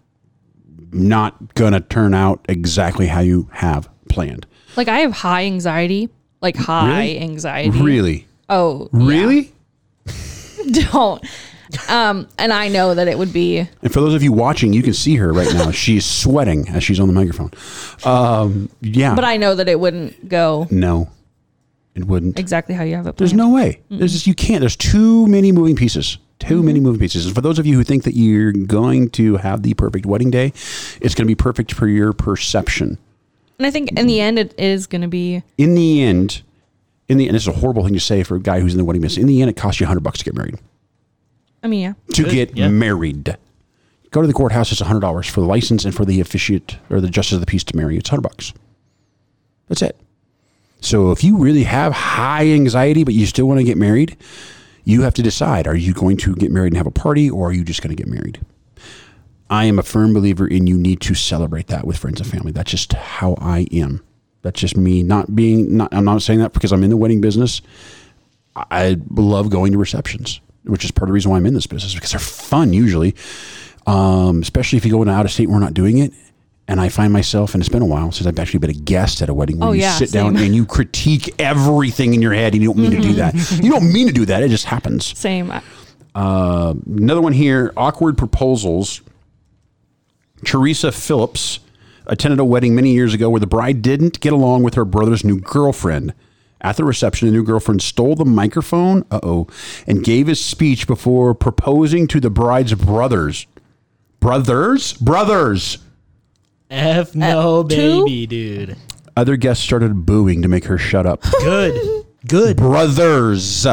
Speaker 1: not going to turn out exactly how you have planned.
Speaker 5: Like I have high anxiety, like high
Speaker 1: Really?
Speaker 5: anxiety.
Speaker 1: Really?
Speaker 5: Oh,
Speaker 1: Really?
Speaker 5: yeah. don't. Um, and I know that it would be
Speaker 1: And for those of you watching, you can see her right now. she's sweating as she's on the microphone. Um, yeah.
Speaker 5: but I know that it wouldn't go
Speaker 1: no, it wouldn't.
Speaker 5: exactly how you have it
Speaker 1: There's
Speaker 5: planned.
Speaker 1: no way. There's just, you can't. There's too many moving pieces. Too many moving pieces. And for those of you who think that you're going to have the perfect wedding day, it's going to be perfect for your perception.
Speaker 5: And I think in the end it is going to be
Speaker 1: In the end, in the end, this is a horrible thing to say for a guy who's in the wedding business. In the end, it costs you 100 bucks to get married.
Speaker 5: I mean, yeah.
Speaker 1: to
Speaker 4: Good,
Speaker 1: get
Speaker 4: yeah.
Speaker 1: married. Go to the courthouse. It's hundred dollars for the license and for the officiate or the justice of the peace to marry. It's hundred bucks. That's it. So if you really have high anxiety but you still want to get married, you have to decide: Are you going to get married and have a party, or are you just going to get married? I am a firm believer in you need to celebrate that with friends and family. That's just how I am. That's just me not being not I'm not saying that because I'm in the wedding business. I love going to receptions, which is part of the reason why I'm in this business because they're fun usually. Um, especially if you go into out of state, and we're not doing it. And I find myself, and it's been a while since I've actually been a guest at a wedding where
Speaker 5: Oh,
Speaker 1: you
Speaker 5: yeah,
Speaker 1: sit down
Speaker 5: same.
Speaker 1: and you critique everything in your head and you don't mean to do that. You don't mean to do that. It just happens.
Speaker 5: Same. I-
Speaker 1: Another one here awkward proposals. Teresa Phillips attended a wedding many years ago where the bride didn't get along with her brother's new girlfriend. At the reception, the new girlfriend stole the microphone, uh oh, and gave his speech before proposing to the bride's brothers. Brothers? Brothers!
Speaker 4: F no
Speaker 5: two?
Speaker 4: baby, dude.
Speaker 1: Other guests started booing to make her shut up.
Speaker 4: Good, good,
Speaker 1: brothers!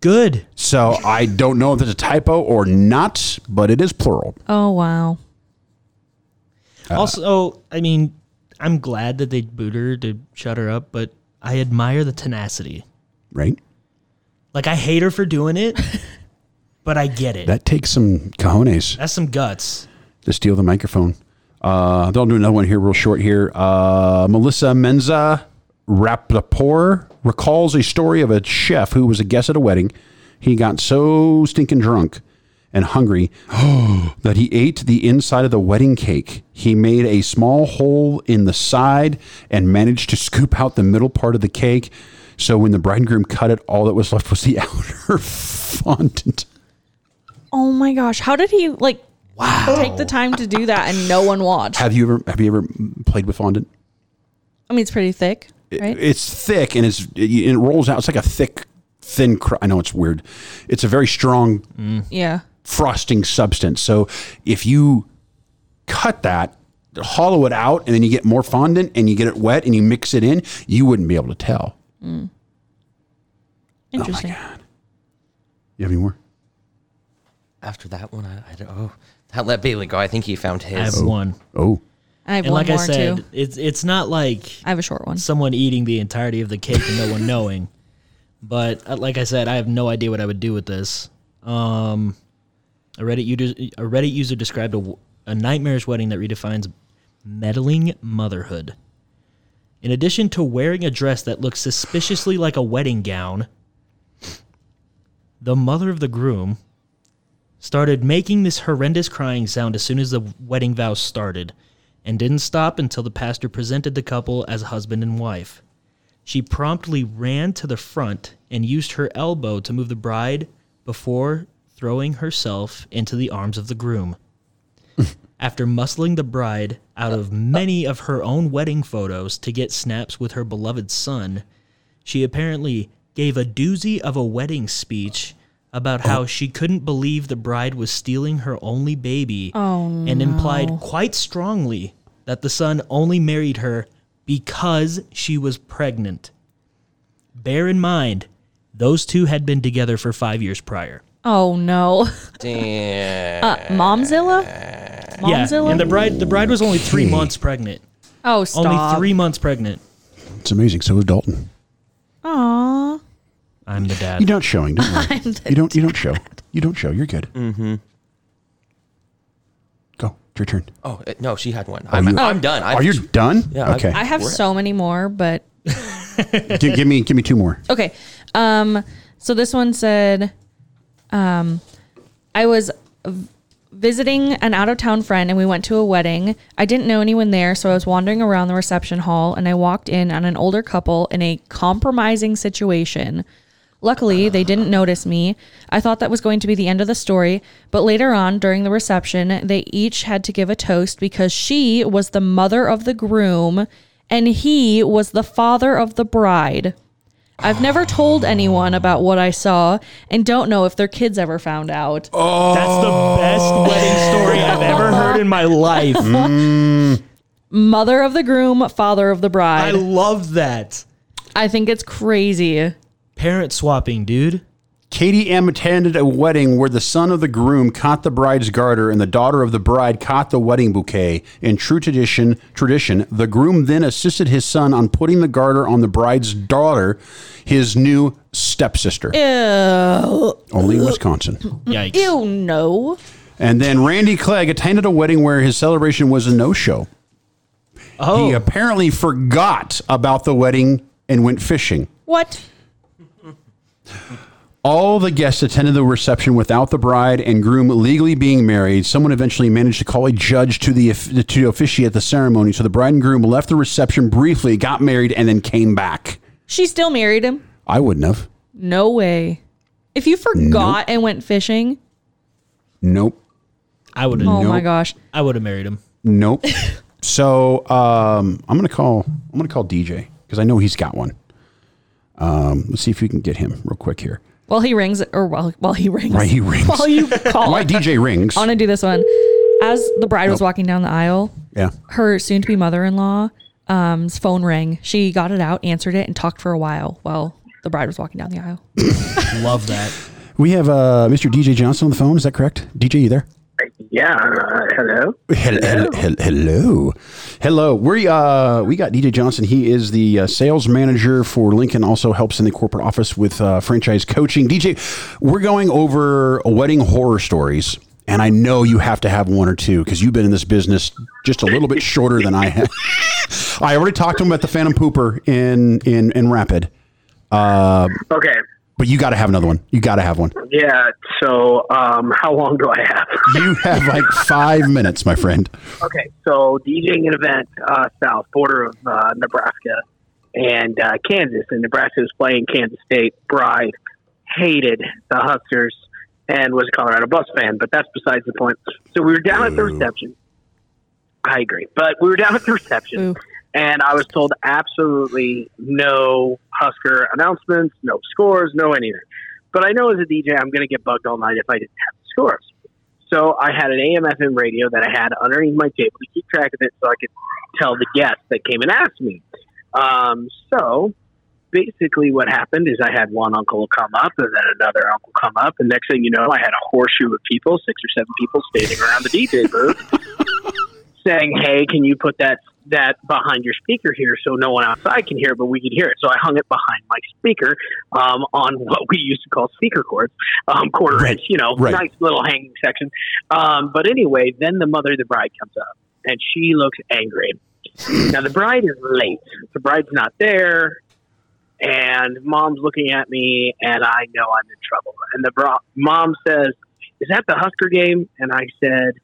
Speaker 4: good.
Speaker 1: So I don't know if there's a typo or not, but it is plural.
Speaker 5: Oh wow.
Speaker 4: also, I mean, I'm glad that they booed her to shut her up, but I admire the tenacity.
Speaker 1: Right?
Speaker 4: Like I hate her for doing it, but I get it.
Speaker 1: That takes some cojones.
Speaker 4: That's some guts.
Speaker 1: to steal the microphone. Uh, they'll do another one here, real short here. Uh, Melissa Menza Rappaport recalls a story of a chef who was a guest at a wedding. He got so stinking drunk and hungry that he ate the inside of the wedding cake. He made a small hole in the side and managed to scoop out the middle part of the cake. So when the bride and groom cut it, all that was left was the outer fondant.
Speaker 5: Oh my gosh. How did he like wow. take the time to do that and no one watched?
Speaker 1: Have you ever have you ever played with fondant?
Speaker 5: I mean, it's pretty thick, right?
Speaker 1: it's thick and it's it, it rolls out. It's like a thick, thin. Cr- I know it's weird. It's a very strong
Speaker 5: yeah.
Speaker 1: Oh frosting substance. So if you cut that, hollow it out, and then you get more fondant and you get it wet and you mix it in, you wouldn't be able to tell. Oh
Speaker 5: Interesting.
Speaker 1: You have any more?
Speaker 3: After that one, I, I don't oh, that let Bailey go. I think he found
Speaker 4: I have
Speaker 3: his.
Speaker 4: one.
Speaker 1: Oh,
Speaker 5: I have
Speaker 4: And
Speaker 5: one
Speaker 4: like I
Speaker 5: more
Speaker 4: said,
Speaker 5: too.
Speaker 4: it's it's not like
Speaker 5: I have a short one.
Speaker 4: someone eating the entirety of the cake and no one knowing. But uh, like I said, I have no idea what I would do with this. Um, a Reddit user, a Reddit user described a, w- a nightmarish wedding that redefines meddling motherhood. In addition to wearing a dress that looks suspiciously like a wedding gown, the mother of the groom started making this horrendous crying sound as soon as the wedding vows started, and didn't stop until the pastor presented the couple as husband and wife. She promptly ran to the front and used her elbow to move the bride before throwing herself into the arms of the groom. After muscling the bride out of many of her own wedding photos to get snaps with her beloved son, she apparently gave a doozy of a wedding speech about how she couldn't believe the bride was stealing her only baby and implied quite strongly that the son only married her because she was pregnant. Bear in mind, those two had been together for five years prior.
Speaker 5: Oh no,
Speaker 3: Damn.
Speaker 5: uh, Momzilla. Momzilla.
Speaker 4: Yeah, and the bride the bride was only three months pregnant.
Speaker 5: oh stop.
Speaker 4: Only three months pregnant.
Speaker 1: It's amazing. So is Dalton.
Speaker 5: Aw.
Speaker 4: I'm the dad.
Speaker 1: You're not showing, don't worry. you don't. You don't show. You don't show. You're good. Mm-hmm. Go. It's your turn.
Speaker 3: Oh uh, no, she had one. I'm,
Speaker 1: you-
Speaker 3: I'm done. I,
Speaker 1: Are you done?
Speaker 3: Yeah, I-
Speaker 1: Okay.
Speaker 5: I have so many more, but
Speaker 1: Gi- give me. Give me two more.
Speaker 5: Okay. Um, so this one said, um, I was v- visiting an out of town friend and we went to a wedding. I didn't know anyone there, so I was wandering around the reception hall and I walked in on an older couple in a compromising situation. Luckily, they didn't notice me. I thought that was going to be the end of the story, but later on during the reception, they each had to give a toast because she was the mother of the groom and he was the father of the bride. I've never told anyone about what I saw and don't know if their kids ever found out.
Speaker 4: That's the best wedding story I've ever heard in my life.
Speaker 5: Mother of the groom, father of the
Speaker 4: I
Speaker 5: bride.
Speaker 4: love that.
Speaker 5: I, think it's crazy.
Speaker 4: Parent swapping, dude.
Speaker 1: Katie M attended a wedding where the son of the groom caught the bride's garter and the daughter of the bride caught the wedding bouquet. In true tradition, tradition, the groom then assisted his son on putting the garter on the bride's daughter, his new stepsister.
Speaker 5: Ew.
Speaker 1: Only in Wisconsin.
Speaker 4: Yikes.
Speaker 5: Ew, no.
Speaker 1: And then Randy Clegg attended a wedding where his celebration was a no-show.
Speaker 4: Oh,
Speaker 1: He apparently forgot about the wedding and went fishing.
Speaker 5: What?
Speaker 1: All the guests attended the reception without the bride and groom legally being married. Someone eventually managed to call a judge to the to officiate the ceremony, so the bride and groom left the reception briefly, got married, and then came back.
Speaker 5: She still married him?
Speaker 1: I wouldn't have.
Speaker 5: No way. If you forgot and went fishing,
Speaker 1: Nope.
Speaker 4: I would have.
Speaker 5: oh my gosh.
Speaker 4: I would have married him.
Speaker 1: Nope. so um, I'm gonna call. I'm gonna call DJ because I know he's got one. Um, let's see if we can get him real quick here.
Speaker 5: While he rings, or while, while he rings.
Speaker 1: Why he rings?
Speaker 5: While you call.
Speaker 1: Why
Speaker 5: I
Speaker 1: DJ rings?
Speaker 5: want to do this one. As the bride was walking down the aisle,
Speaker 1: yeah.
Speaker 5: her soon to be mother in law's phone rang. She got it out, answered it, and talked for a while while the bride was walking down the aisle.
Speaker 4: Love that.
Speaker 1: We have uh, Mr. DJ Johnson on the phone. Is that correct? DJ, you there?
Speaker 7: Yeah. Uh, hello.
Speaker 1: Hel- hel- hel- Hello, hello. We uh we got DJ Johnson. He is the uh, sales manager for Lincoln. Also helps in the corporate office with uh, franchise coaching. DJ, we're going over wedding horror stories, and I know you have to have one or two because you've been in this business just a little bit shorter than I have. I already talked to him about the Phantom Pooper in in in Rapid,
Speaker 7: Okay.
Speaker 1: but you got to have another one. You got to have one.
Speaker 7: Yeah. So, um, how long do I have?
Speaker 1: You have like five minutes, my friend.
Speaker 7: okay. So, DJing an event uh, south border of uh, Nebraska and uh, Kansas, and Nebraska was playing Kansas State. Bride hated the Huskers and was a Colorado Buffs fan, but that's besides the point. So, we were down at the reception. I agree, but we were down at the reception.
Speaker 5: Ooh.
Speaker 7: and I was told absolutely no Husker announcements, no scores, no anything. But I know as a DJ, I'm going to get bugged all night if I didn't have the scores. So I had an AM/FM radio that I had underneath my table to keep track of it, so I could tell the guests that came and asked me. Um, so basically, what happened is I had one uncle come up, and then another uncle come up, and next thing you know, I had a horseshoe of people, six or seven people, standing around the DJ booth saying, "Hey, can you put that that behind your speaker here so no one outside can hear it, but we can hear it?" So I hung it behind my speaker um, on what we used to call speaker cords, um, quarter
Speaker 1: Right,
Speaker 7: inch, you know,
Speaker 1: right.
Speaker 7: nice little hanging section. Um, but anyway, then the mother of the bride comes up, and she looks angry. now the bride is late. The bride's not there. And mom's looking at me, and I know I'm in trouble. And the bro- mom says, is that the Husker game? And I said,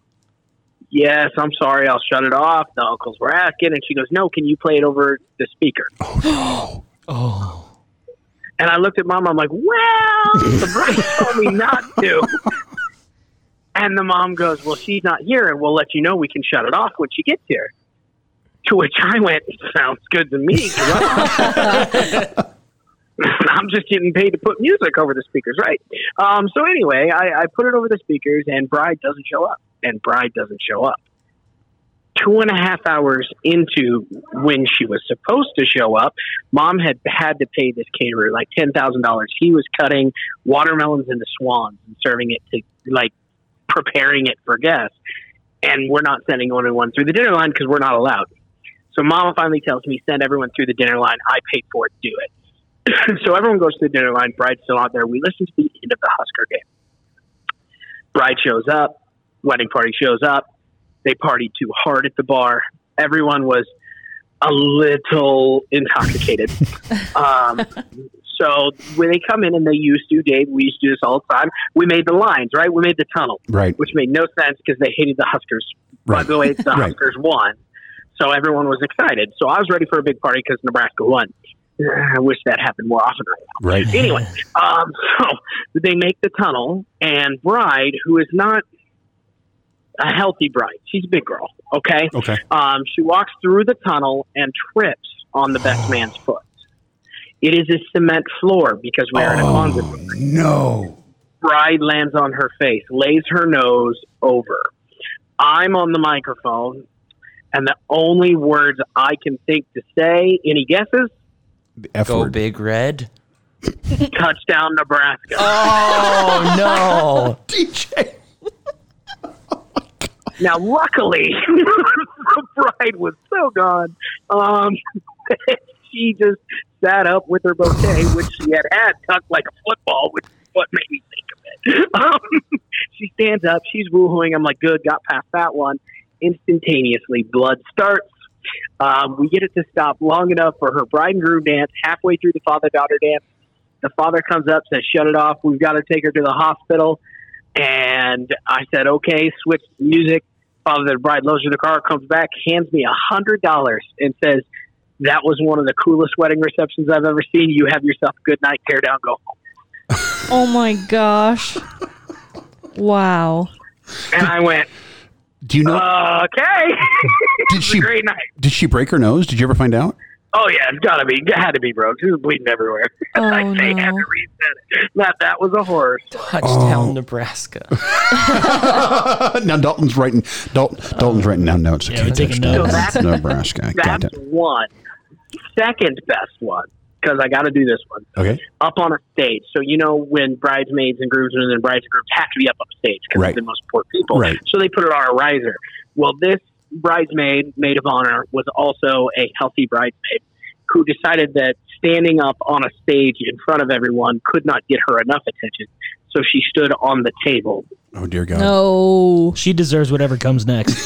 Speaker 7: yes, I'm sorry. I'll shut it off. The uncles were asking. And she goes, no, can you play it over the speaker? Oh, And I looked at mom. I'm like, well, the bride told me not to. And the mom goes, well, she's not here. And we'll let you know we can shut it off when she gets here. To which I went, sounds good to me. 'cause I'm just getting paid to put music over the speakers, right? Um, so anyway, I, I put it over the speakers, and Bride doesn't show up, and Bride doesn't show up. Two and a half hours into when she was supposed to show up, Mom had had to pay this caterer like ten thousand dollars. He was cutting watermelons into swans and serving it to like preparing it for guests, and we're not sending anyone through the dinner line because we're not allowed. So Mama finally tells me, "Send everyone through the dinner line. I paid for it. Do it." so everyone goes to the dinner line. Bride's still out there. We listen to the end of the Husker game. Bride shows up. Wedding party shows up. They partied too hard at the bar. Everyone was a little intoxicated. um, so when they come in and they used to, Dave, we used to do this all the time. We made the lines, right? We made the tunnel,
Speaker 1: Right.
Speaker 7: Which made no sense because they hated the Huskers. By
Speaker 1: Right.
Speaker 7: the way, the
Speaker 1: Right.
Speaker 7: Huskers won, so everyone was excited. So I was ready for a big party because Nebraska won. Ah, I wish that happened more often right now.
Speaker 1: Right.
Speaker 7: Anyway, um, so they make the tunnel, and Bride, who is not a healthy Bride, she's a big girl, okay?
Speaker 1: Okay.
Speaker 7: Um, she walks through the tunnel and trips on the best
Speaker 1: Oh.
Speaker 7: man's foot. It is a cement floor because we are in a
Speaker 1: Oh.
Speaker 7: Kwanzaa building.
Speaker 1: No.
Speaker 7: Bride lands on her face, lays her nose over. I'm on the microphone, and the only words I can think to say, any guesses?
Speaker 1: The F
Speaker 3: Go
Speaker 1: word.
Speaker 3: big red.
Speaker 7: Touchdown, Nebraska.
Speaker 3: Oh no!
Speaker 1: DJ.
Speaker 7: Now, luckily, the bride was so gone. Um, she just sat up with her bouquet, which she had had tucked like a football, which is what made me think of it. Um, she stands up. She's woohooing. I'm like, good, got past that one. Instantaneously, blood starts. Um, we get it to stop long enough for her bride and groom dance. Halfway through the father daughter dance, the father comes up, says, shut it off. We've got to take her to the hospital. And I said, okay, switch music. Father of the bride loads her in the car, comes back, hands me a hundred dollars, and says, "That was one of the coolest wedding receptions I've ever seen. You have yourself a good night. Tear down, go home."
Speaker 5: Oh my gosh. Wow.
Speaker 7: And I went,
Speaker 1: Do you know?
Speaker 7: Uh, "Okay,
Speaker 1: did she?
Speaker 7: great night."
Speaker 1: Did she break her nose? Did you ever find out?
Speaker 7: Oh yeah, it's gotta be. It had to be, bro. She was bleeding everywhere.
Speaker 5: Oh
Speaker 7: I say had
Speaker 5: no.
Speaker 7: to reset it. That that was a horror. story.
Speaker 3: Touchdown,
Speaker 4: Oh.
Speaker 3: Nebraska.
Speaker 1: now Dalton's writing. Dalton, Dalton's writing down notes.
Speaker 4: Yeah, we're taking
Speaker 1: touchdown,
Speaker 4: notes.
Speaker 7: So that's-
Speaker 1: Nebraska. I got
Speaker 7: That's
Speaker 1: it.
Speaker 7: one. Second best one because I got to do this one.
Speaker 1: Okay.
Speaker 7: up on a stage. So you know when bridesmaids and groomsmen and brides and grooms have to be up on stage because
Speaker 1: Right.
Speaker 7: they're the most important people.
Speaker 1: Right.
Speaker 7: So they put it on a riser. Well, this bridesmaid, maid of honor, was also a healthy bridesmaid who decided that standing up on a stage in front of everyone could not get her enough attention. So she stood on the table.
Speaker 1: Oh dear God.
Speaker 5: No.
Speaker 4: She deserves whatever comes next.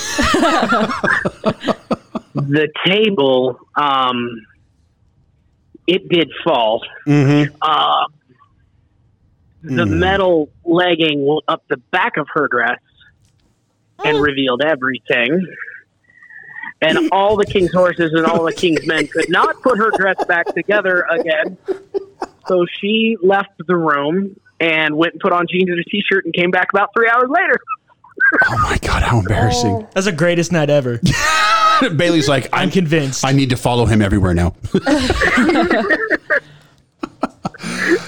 Speaker 7: The table, um, it did fall.
Speaker 1: Mm-hmm. Mm.
Speaker 7: Uh, the metal legging went up the back of her dress and revealed everything. And all the king's horses and all the king's men could not put her dress back together again. So she left the room and went and put on jeans and a t shirt and came back about three hours later.
Speaker 1: Oh my God! How embarrassing.
Speaker 4: That's the greatest night ever.
Speaker 1: Bailey's like,
Speaker 4: I'm
Speaker 1: I'm.
Speaker 4: convinced.
Speaker 1: I need to follow him everywhere now.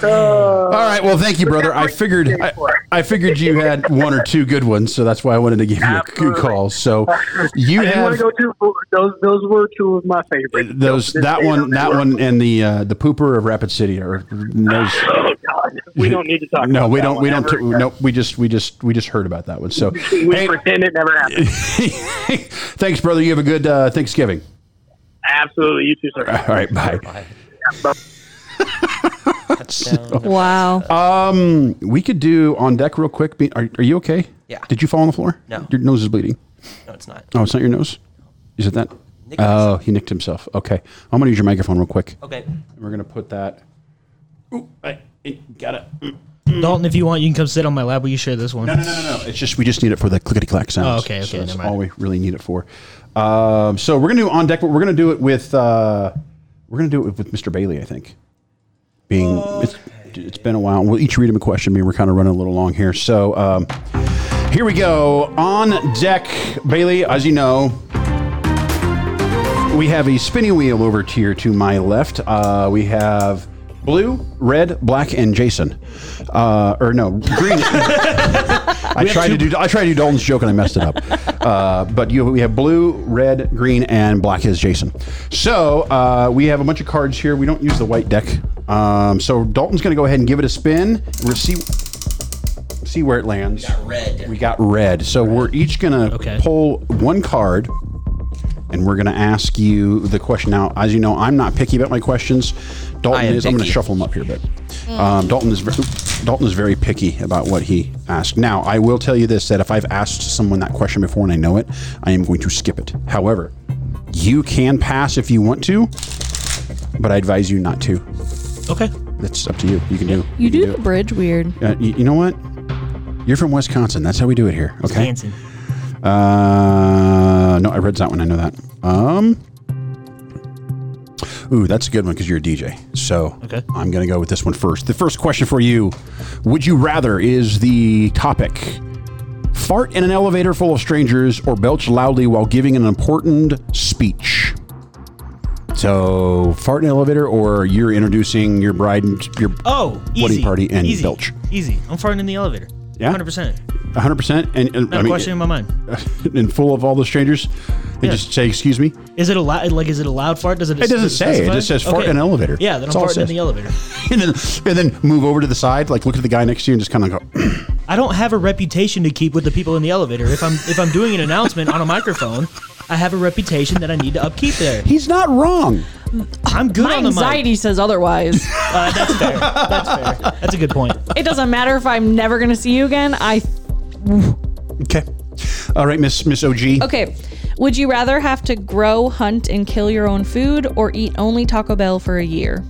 Speaker 1: All right. Well, thank you, brother. I figured I, I figured you had one or two good ones, so that's why I wanted to give you a good
Speaker 7: Absolutely.
Speaker 1: call. So you
Speaker 7: I didn't want
Speaker 1: have
Speaker 7: to go too. Those those were two of my favorites.
Speaker 1: those
Speaker 7: This
Speaker 1: that
Speaker 7: day
Speaker 1: one
Speaker 7: on the
Speaker 1: that
Speaker 7: world.
Speaker 1: one and the uh, the pooper of Rapid City or nose.
Speaker 7: Oh God, we don't need to talk.
Speaker 1: No,
Speaker 7: about
Speaker 1: we
Speaker 7: that
Speaker 1: don't.
Speaker 7: one
Speaker 1: We don't.
Speaker 7: ever
Speaker 1: T- no, we just we just we just heard about that one. So
Speaker 7: again. We
Speaker 1: hey,
Speaker 7: pretend it never happened.
Speaker 1: thanks, brother. You have a good uh, Thanksgiving.
Speaker 7: Absolutely, you too, sir.
Speaker 1: All right, bye.
Speaker 3: Touchdown.
Speaker 5: Wow.
Speaker 1: Um, we could do on deck real quick. Be- Are, are you okay?
Speaker 3: Yeah.
Speaker 1: Did you fall on the floor?
Speaker 3: No.
Speaker 1: Your nose is bleeding.
Speaker 3: No, it's not.
Speaker 1: Oh, it's not your nose. Is it that?
Speaker 3: Nicked
Speaker 1: Oh, he nicked himself. Okay, I'm gonna use your microphone real quick.
Speaker 3: Okay.
Speaker 1: We're gonna put that. Ooh, I, it got it. Mm.
Speaker 4: Dalton, if you want, you can come sit on my lap. Will you share this one?
Speaker 1: No, no, no, no, no. It's just we just need it for the clickety clack sounds.
Speaker 4: Oh, okay, okay,
Speaker 1: So that's
Speaker 4: never mind.
Speaker 1: all we really need it for. Um, so we're gonna do on deck, but we're gonna do it with uh, we're gonna do it with, with Mr. Bailey, I think. Being it's, it's been a while. We'll each read him a question. Being we're kind of running a little long here. So um, here we go on deck, Bailey. As you know. We have a spinning wheel over here to my left. Uh, we have blue, red, black, and Jason. Uh, or no, green. I tried to do I tried to do Dalton's joke and I messed it up. Uh, but you we have blue, red, green, and black is Jason. So uh, we have a bunch of cards here. We don't use the white deck. Um, so Dalton's going to go ahead and give it a spin. We'll see see where it lands. We got red. So we're each going to
Speaker 4: Okay.
Speaker 1: pull one card. And we're going to ask you the question now. As you know, I'm not picky about my questions. Dalton
Speaker 3: am
Speaker 1: is. I'm going to
Speaker 3: picky.
Speaker 1: shuffle them up here a bit. Um, Dalton is very, Dalton is very picky about what he asked. Now, I will tell you this: that if I've asked someone that question before and I know it, I am going to skip it. However, you can pass if you want to, but I advise you not to.
Speaker 4: Okay.
Speaker 1: That's up to you. You can do.
Speaker 5: You
Speaker 1: can
Speaker 5: do the bridge weird.
Speaker 1: Uh, you, you know what? You're from Wisconsin. That's how we do it here. Okay.
Speaker 4: Dancing.
Speaker 1: Uh, no, I read that one. I know that. Um. Ooh, that's a good one because you're a DJ. So
Speaker 4: Okay.
Speaker 1: I'm going to go with this one first. The first question for you Would you rather is the topic fart in an elevator full of strangers or belch loudly while giving an important speech? So, fart in an elevator or you're introducing your bride and your
Speaker 4: Oh,
Speaker 1: Wedding
Speaker 4: easy.
Speaker 1: party and
Speaker 4: easy.
Speaker 1: belch.
Speaker 4: Easy. I'm farting in the elevator.
Speaker 1: Yeah?
Speaker 4: 100%.
Speaker 1: 100% and, and
Speaker 4: Not
Speaker 1: I
Speaker 4: a
Speaker 1: mean,
Speaker 4: question in my mind.
Speaker 1: and full of all the strangers and
Speaker 4: Yeah.
Speaker 1: just say, Excuse me?
Speaker 4: Is it a loud? Like, is it a loud fart? Does it?
Speaker 1: It doesn't say. It just says fart in an elevator.
Speaker 4: Yeah, then
Speaker 1: That's
Speaker 4: I'm
Speaker 1: all it
Speaker 4: farting in
Speaker 1: says.
Speaker 4: the elevator.
Speaker 1: and then and then move over to the side, like look at the guy next to you, and just kind of go.
Speaker 4: I don't have a reputation to keep with the people in the elevator. If I'm if I'm doing an announcement on a microphone, I have a reputation that I need to upkeep there.
Speaker 1: He's not wrong.
Speaker 4: I'm good
Speaker 5: My
Speaker 4: on the mic.
Speaker 5: anxiety says otherwise.
Speaker 4: Uh, that's fair. That's fair. That's a good point.
Speaker 5: it doesn't matter if I'm never gonna see you again. I
Speaker 1: Okay. All right, Miss Miss OG.
Speaker 5: okay. Would you rather have to grow, hunt, and kill your own food, or eat only Taco Bell for a year?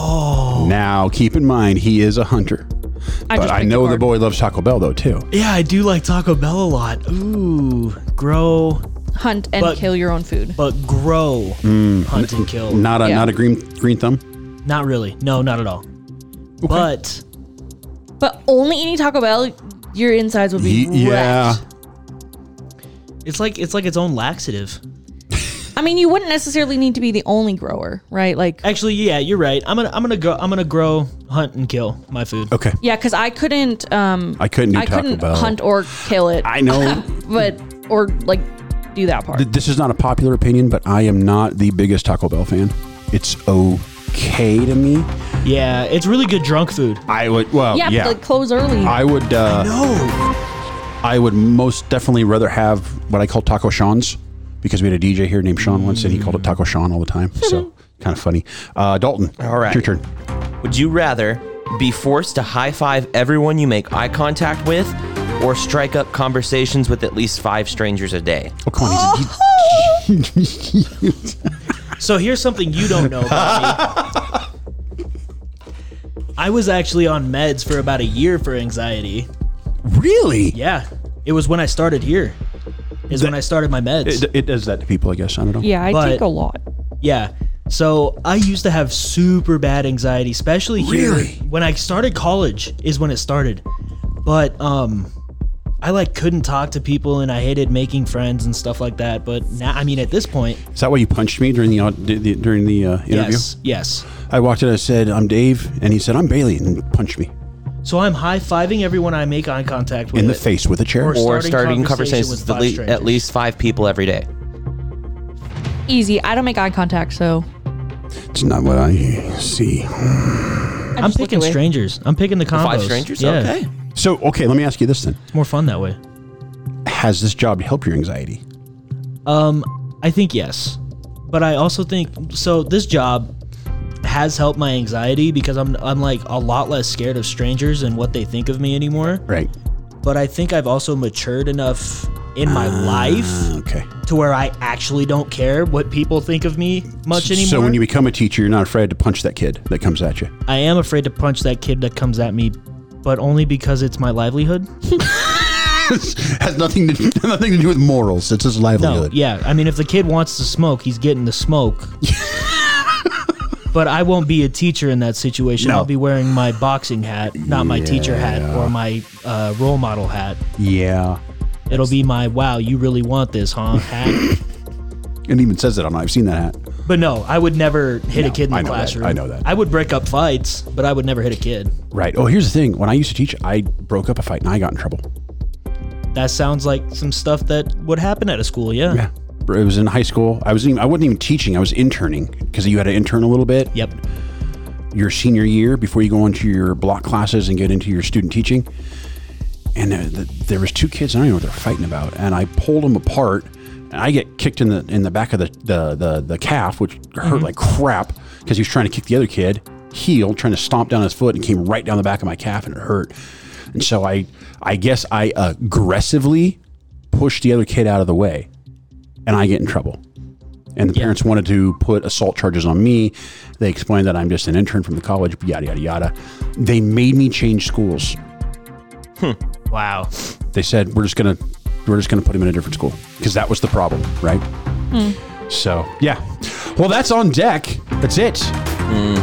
Speaker 1: Now keep in mind he is a hunter, but
Speaker 5: just
Speaker 1: I
Speaker 5: picked
Speaker 1: know the
Speaker 5: hard.
Speaker 1: boy loves Taco Bell though too.
Speaker 4: Yeah, I do like Taco Bell a lot. Ooh, grow,
Speaker 5: Hunt and
Speaker 4: But-
Speaker 5: kill your own food.
Speaker 4: but grow, hunt and kill.
Speaker 1: Mm, Not a
Speaker 5: Yeah.
Speaker 1: not a green green thumb.
Speaker 4: Not really. No, not at all. But
Speaker 5: But only eating Taco Bell, your insides would be
Speaker 1: Ye- yeah.
Speaker 5: wrecked.
Speaker 4: it's like it's like its own laxative.
Speaker 5: I mean, you wouldn't necessarily need to be the only grower, right? Like,
Speaker 4: Actually, yeah, you're right. I'm gonna I'm gonna go I'm gonna grow, hunt, and kill my food.
Speaker 1: Okay,
Speaker 5: yeah, because I couldn't, um,
Speaker 1: I couldn't do
Speaker 5: I
Speaker 1: Taco
Speaker 5: couldn't
Speaker 1: Bell.
Speaker 5: hunt or kill it,
Speaker 1: I know
Speaker 5: but or like do that part.
Speaker 1: th- this is not a popular opinion, but I am not the biggest Taco Bell fan. It's okay to me.
Speaker 4: Yeah, it's really good drunk food.
Speaker 1: I would well
Speaker 5: yeah,
Speaker 1: yeah.
Speaker 5: But, like close early.
Speaker 1: I would uh,
Speaker 4: No.
Speaker 1: I would most definitely rather have what I call Taco Sean's because we had a DJ here named Sean once and he called it Taco Sean all the time. So kind of funny. Uh, Dalton,
Speaker 3: All right.
Speaker 1: it's your turn.
Speaker 3: Would you rather be forced to high five everyone you make eye contact with or strike up conversations with at least five strangers a day?
Speaker 1: Oh, come on, he's a D-
Speaker 4: So here's something you don't know about me. I was actually on meds for about a year for anxiety.
Speaker 1: really?
Speaker 4: Yeah, it was when I started here. Is when I started my meds.
Speaker 1: It, it does that to people, I guess. I don't know.
Speaker 5: yeah, I
Speaker 4: but-
Speaker 5: take a lot.
Speaker 4: Yeah. So I used to have super bad anxiety, especially here
Speaker 1: Really?
Speaker 4: when I started college is when it started. But um I like couldn't talk to people and I hated making friends and stuff like that. But now I mean at this point,
Speaker 1: Is that why you punched me during the, aud- the, the during the uh, interview?
Speaker 4: yes. Yes.
Speaker 1: I walked in. I said, "I'm Dave," and he said, "I'm Bailey," and punched me
Speaker 4: So I'm high fiving everyone I make eye contact with.
Speaker 1: in the face with a chair.
Speaker 4: Or
Speaker 3: Or
Speaker 4: Starting
Speaker 3: starting,
Speaker 4: conversation
Speaker 3: conversations
Speaker 4: with
Speaker 3: with at
Speaker 4: five
Speaker 3: least,
Speaker 4: strangers.
Speaker 3: at least five people every day?
Speaker 5: Easy. I don't make eye contact, so
Speaker 1: It's not what I see.
Speaker 5: I
Speaker 4: I'm
Speaker 5: just look
Speaker 4: picking
Speaker 5: away.
Speaker 4: strangers. I'm picking the combos.
Speaker 3: Five strangers?
Speaker 4: Yeah.
Speaker 3: Okay.
Speaker 1: So, okay, let me ask you this then:
Speaker 4: It's more fun that way.
Speaker 1: Has this job helped your anxiety?
Speaker 4: Um, I think yes, but I also think so. This job has helped my anxiety because I'm I'm like a lot less scared of strangers and what they think of me anymore.
Speaker 1: Right.
Speaker 4: But I think I've also matured enough in my
Speaker 1: Ah.
Speaker 4: life
Speaker 1: Okay.
Speaker 4: to where I actually don't care what people think of me much anymore.
Speaker 1: So when you become a teacher, you're not afraid to punch that kid that comes at you.
Speaker 4: I am afraid to punch that kid that comes at me but only because it's my livelihood.
Speaker 1: has nothing to nothing to do with morals. It's his
Speaker 4: No,
Speaker 1: livelihood.
Speaker 4: yeah. I mean, if the kid wants to smoke, he's getting the smoke. but I won't be a teacher in that situation.
Speaker 1: No.
Speaker 4: I'll be wearing my boxing hat, not my teacher hat or my uh, role model hat.
Speaker 1: Yeah.
Speaker 4: It'll be my wow, you really want this, huh? Hat.
Speaker 1: And even says it on. I've seen that hat.
Speaker 4: but no, I would never hit a
Speaker 1: No,
Speaker 4: kid in the
Speaker 1: I know that.
Speaker 4: classroom.
Speaker 1: I know that.
Speaker 4: I would break up fights, but I would never hit a kid.
Speaker 1: Right. Oh, here's the thing. When I used to teach, I broke up a fight and I got in trouble.
Speaker 4: That sounds like some stuff that would happen at a school, yeah.
Speaker 1: Yeah. It was in high school. I was even, I wasn't even teaching. I was interning because you had to intern a little bit
Speaker 4: Yep.
Speaker 1: your senior year before you go into your block classes and get into your student teaching. And there, the, there was two kids. I don't even know what they're fighting about. And I pulled them apart. And I get kicked in the in the back of the the the, the calf, which hurt like crap because he was trying to kick the other kid heel, trying to stomp down his foot, and came right down the back of my calf, and it hurt. And so I I guess I aggressively pushed the other kid out of the way, and I get in trouble. And the parents wanted to put assault charges on me. They explained that I'm just an intern from the college, yada, yada, yada. They made me change schools.
Speaker 4: Wow.
Speaker 1: They said, we're just going to. We're just going to put him in a different school because that was the problem, right? So, yeah. Well, that's on deck. That's it.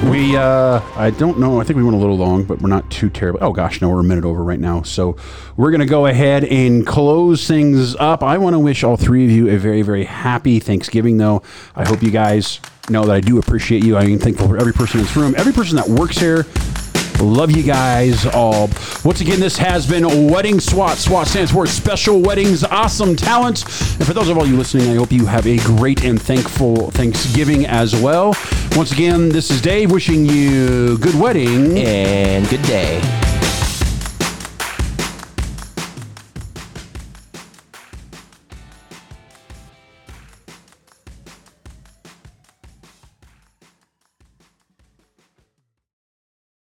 Speaker 1: We, uh, I don't know. I think we went a little long, but we're not too terrible. Oh, gosh, no, we're a minute over right now. So, we're going to go ahead and close things up. I want to wish all three of you a very, very happy Thanksgiving, though. I hope you guys know that I do appreciate you. I am thankful for every person in this room, every person that works here. Love you guys all. Once again, this has been Wedding SWAT. SWAT stands for Special Weddings, Awesome Talent. And for those of all you listening, I hope you have a great and thankful Thanksgiving as well. Once again, this is Dave wishing you good wedding.
Speaker 3: And good day.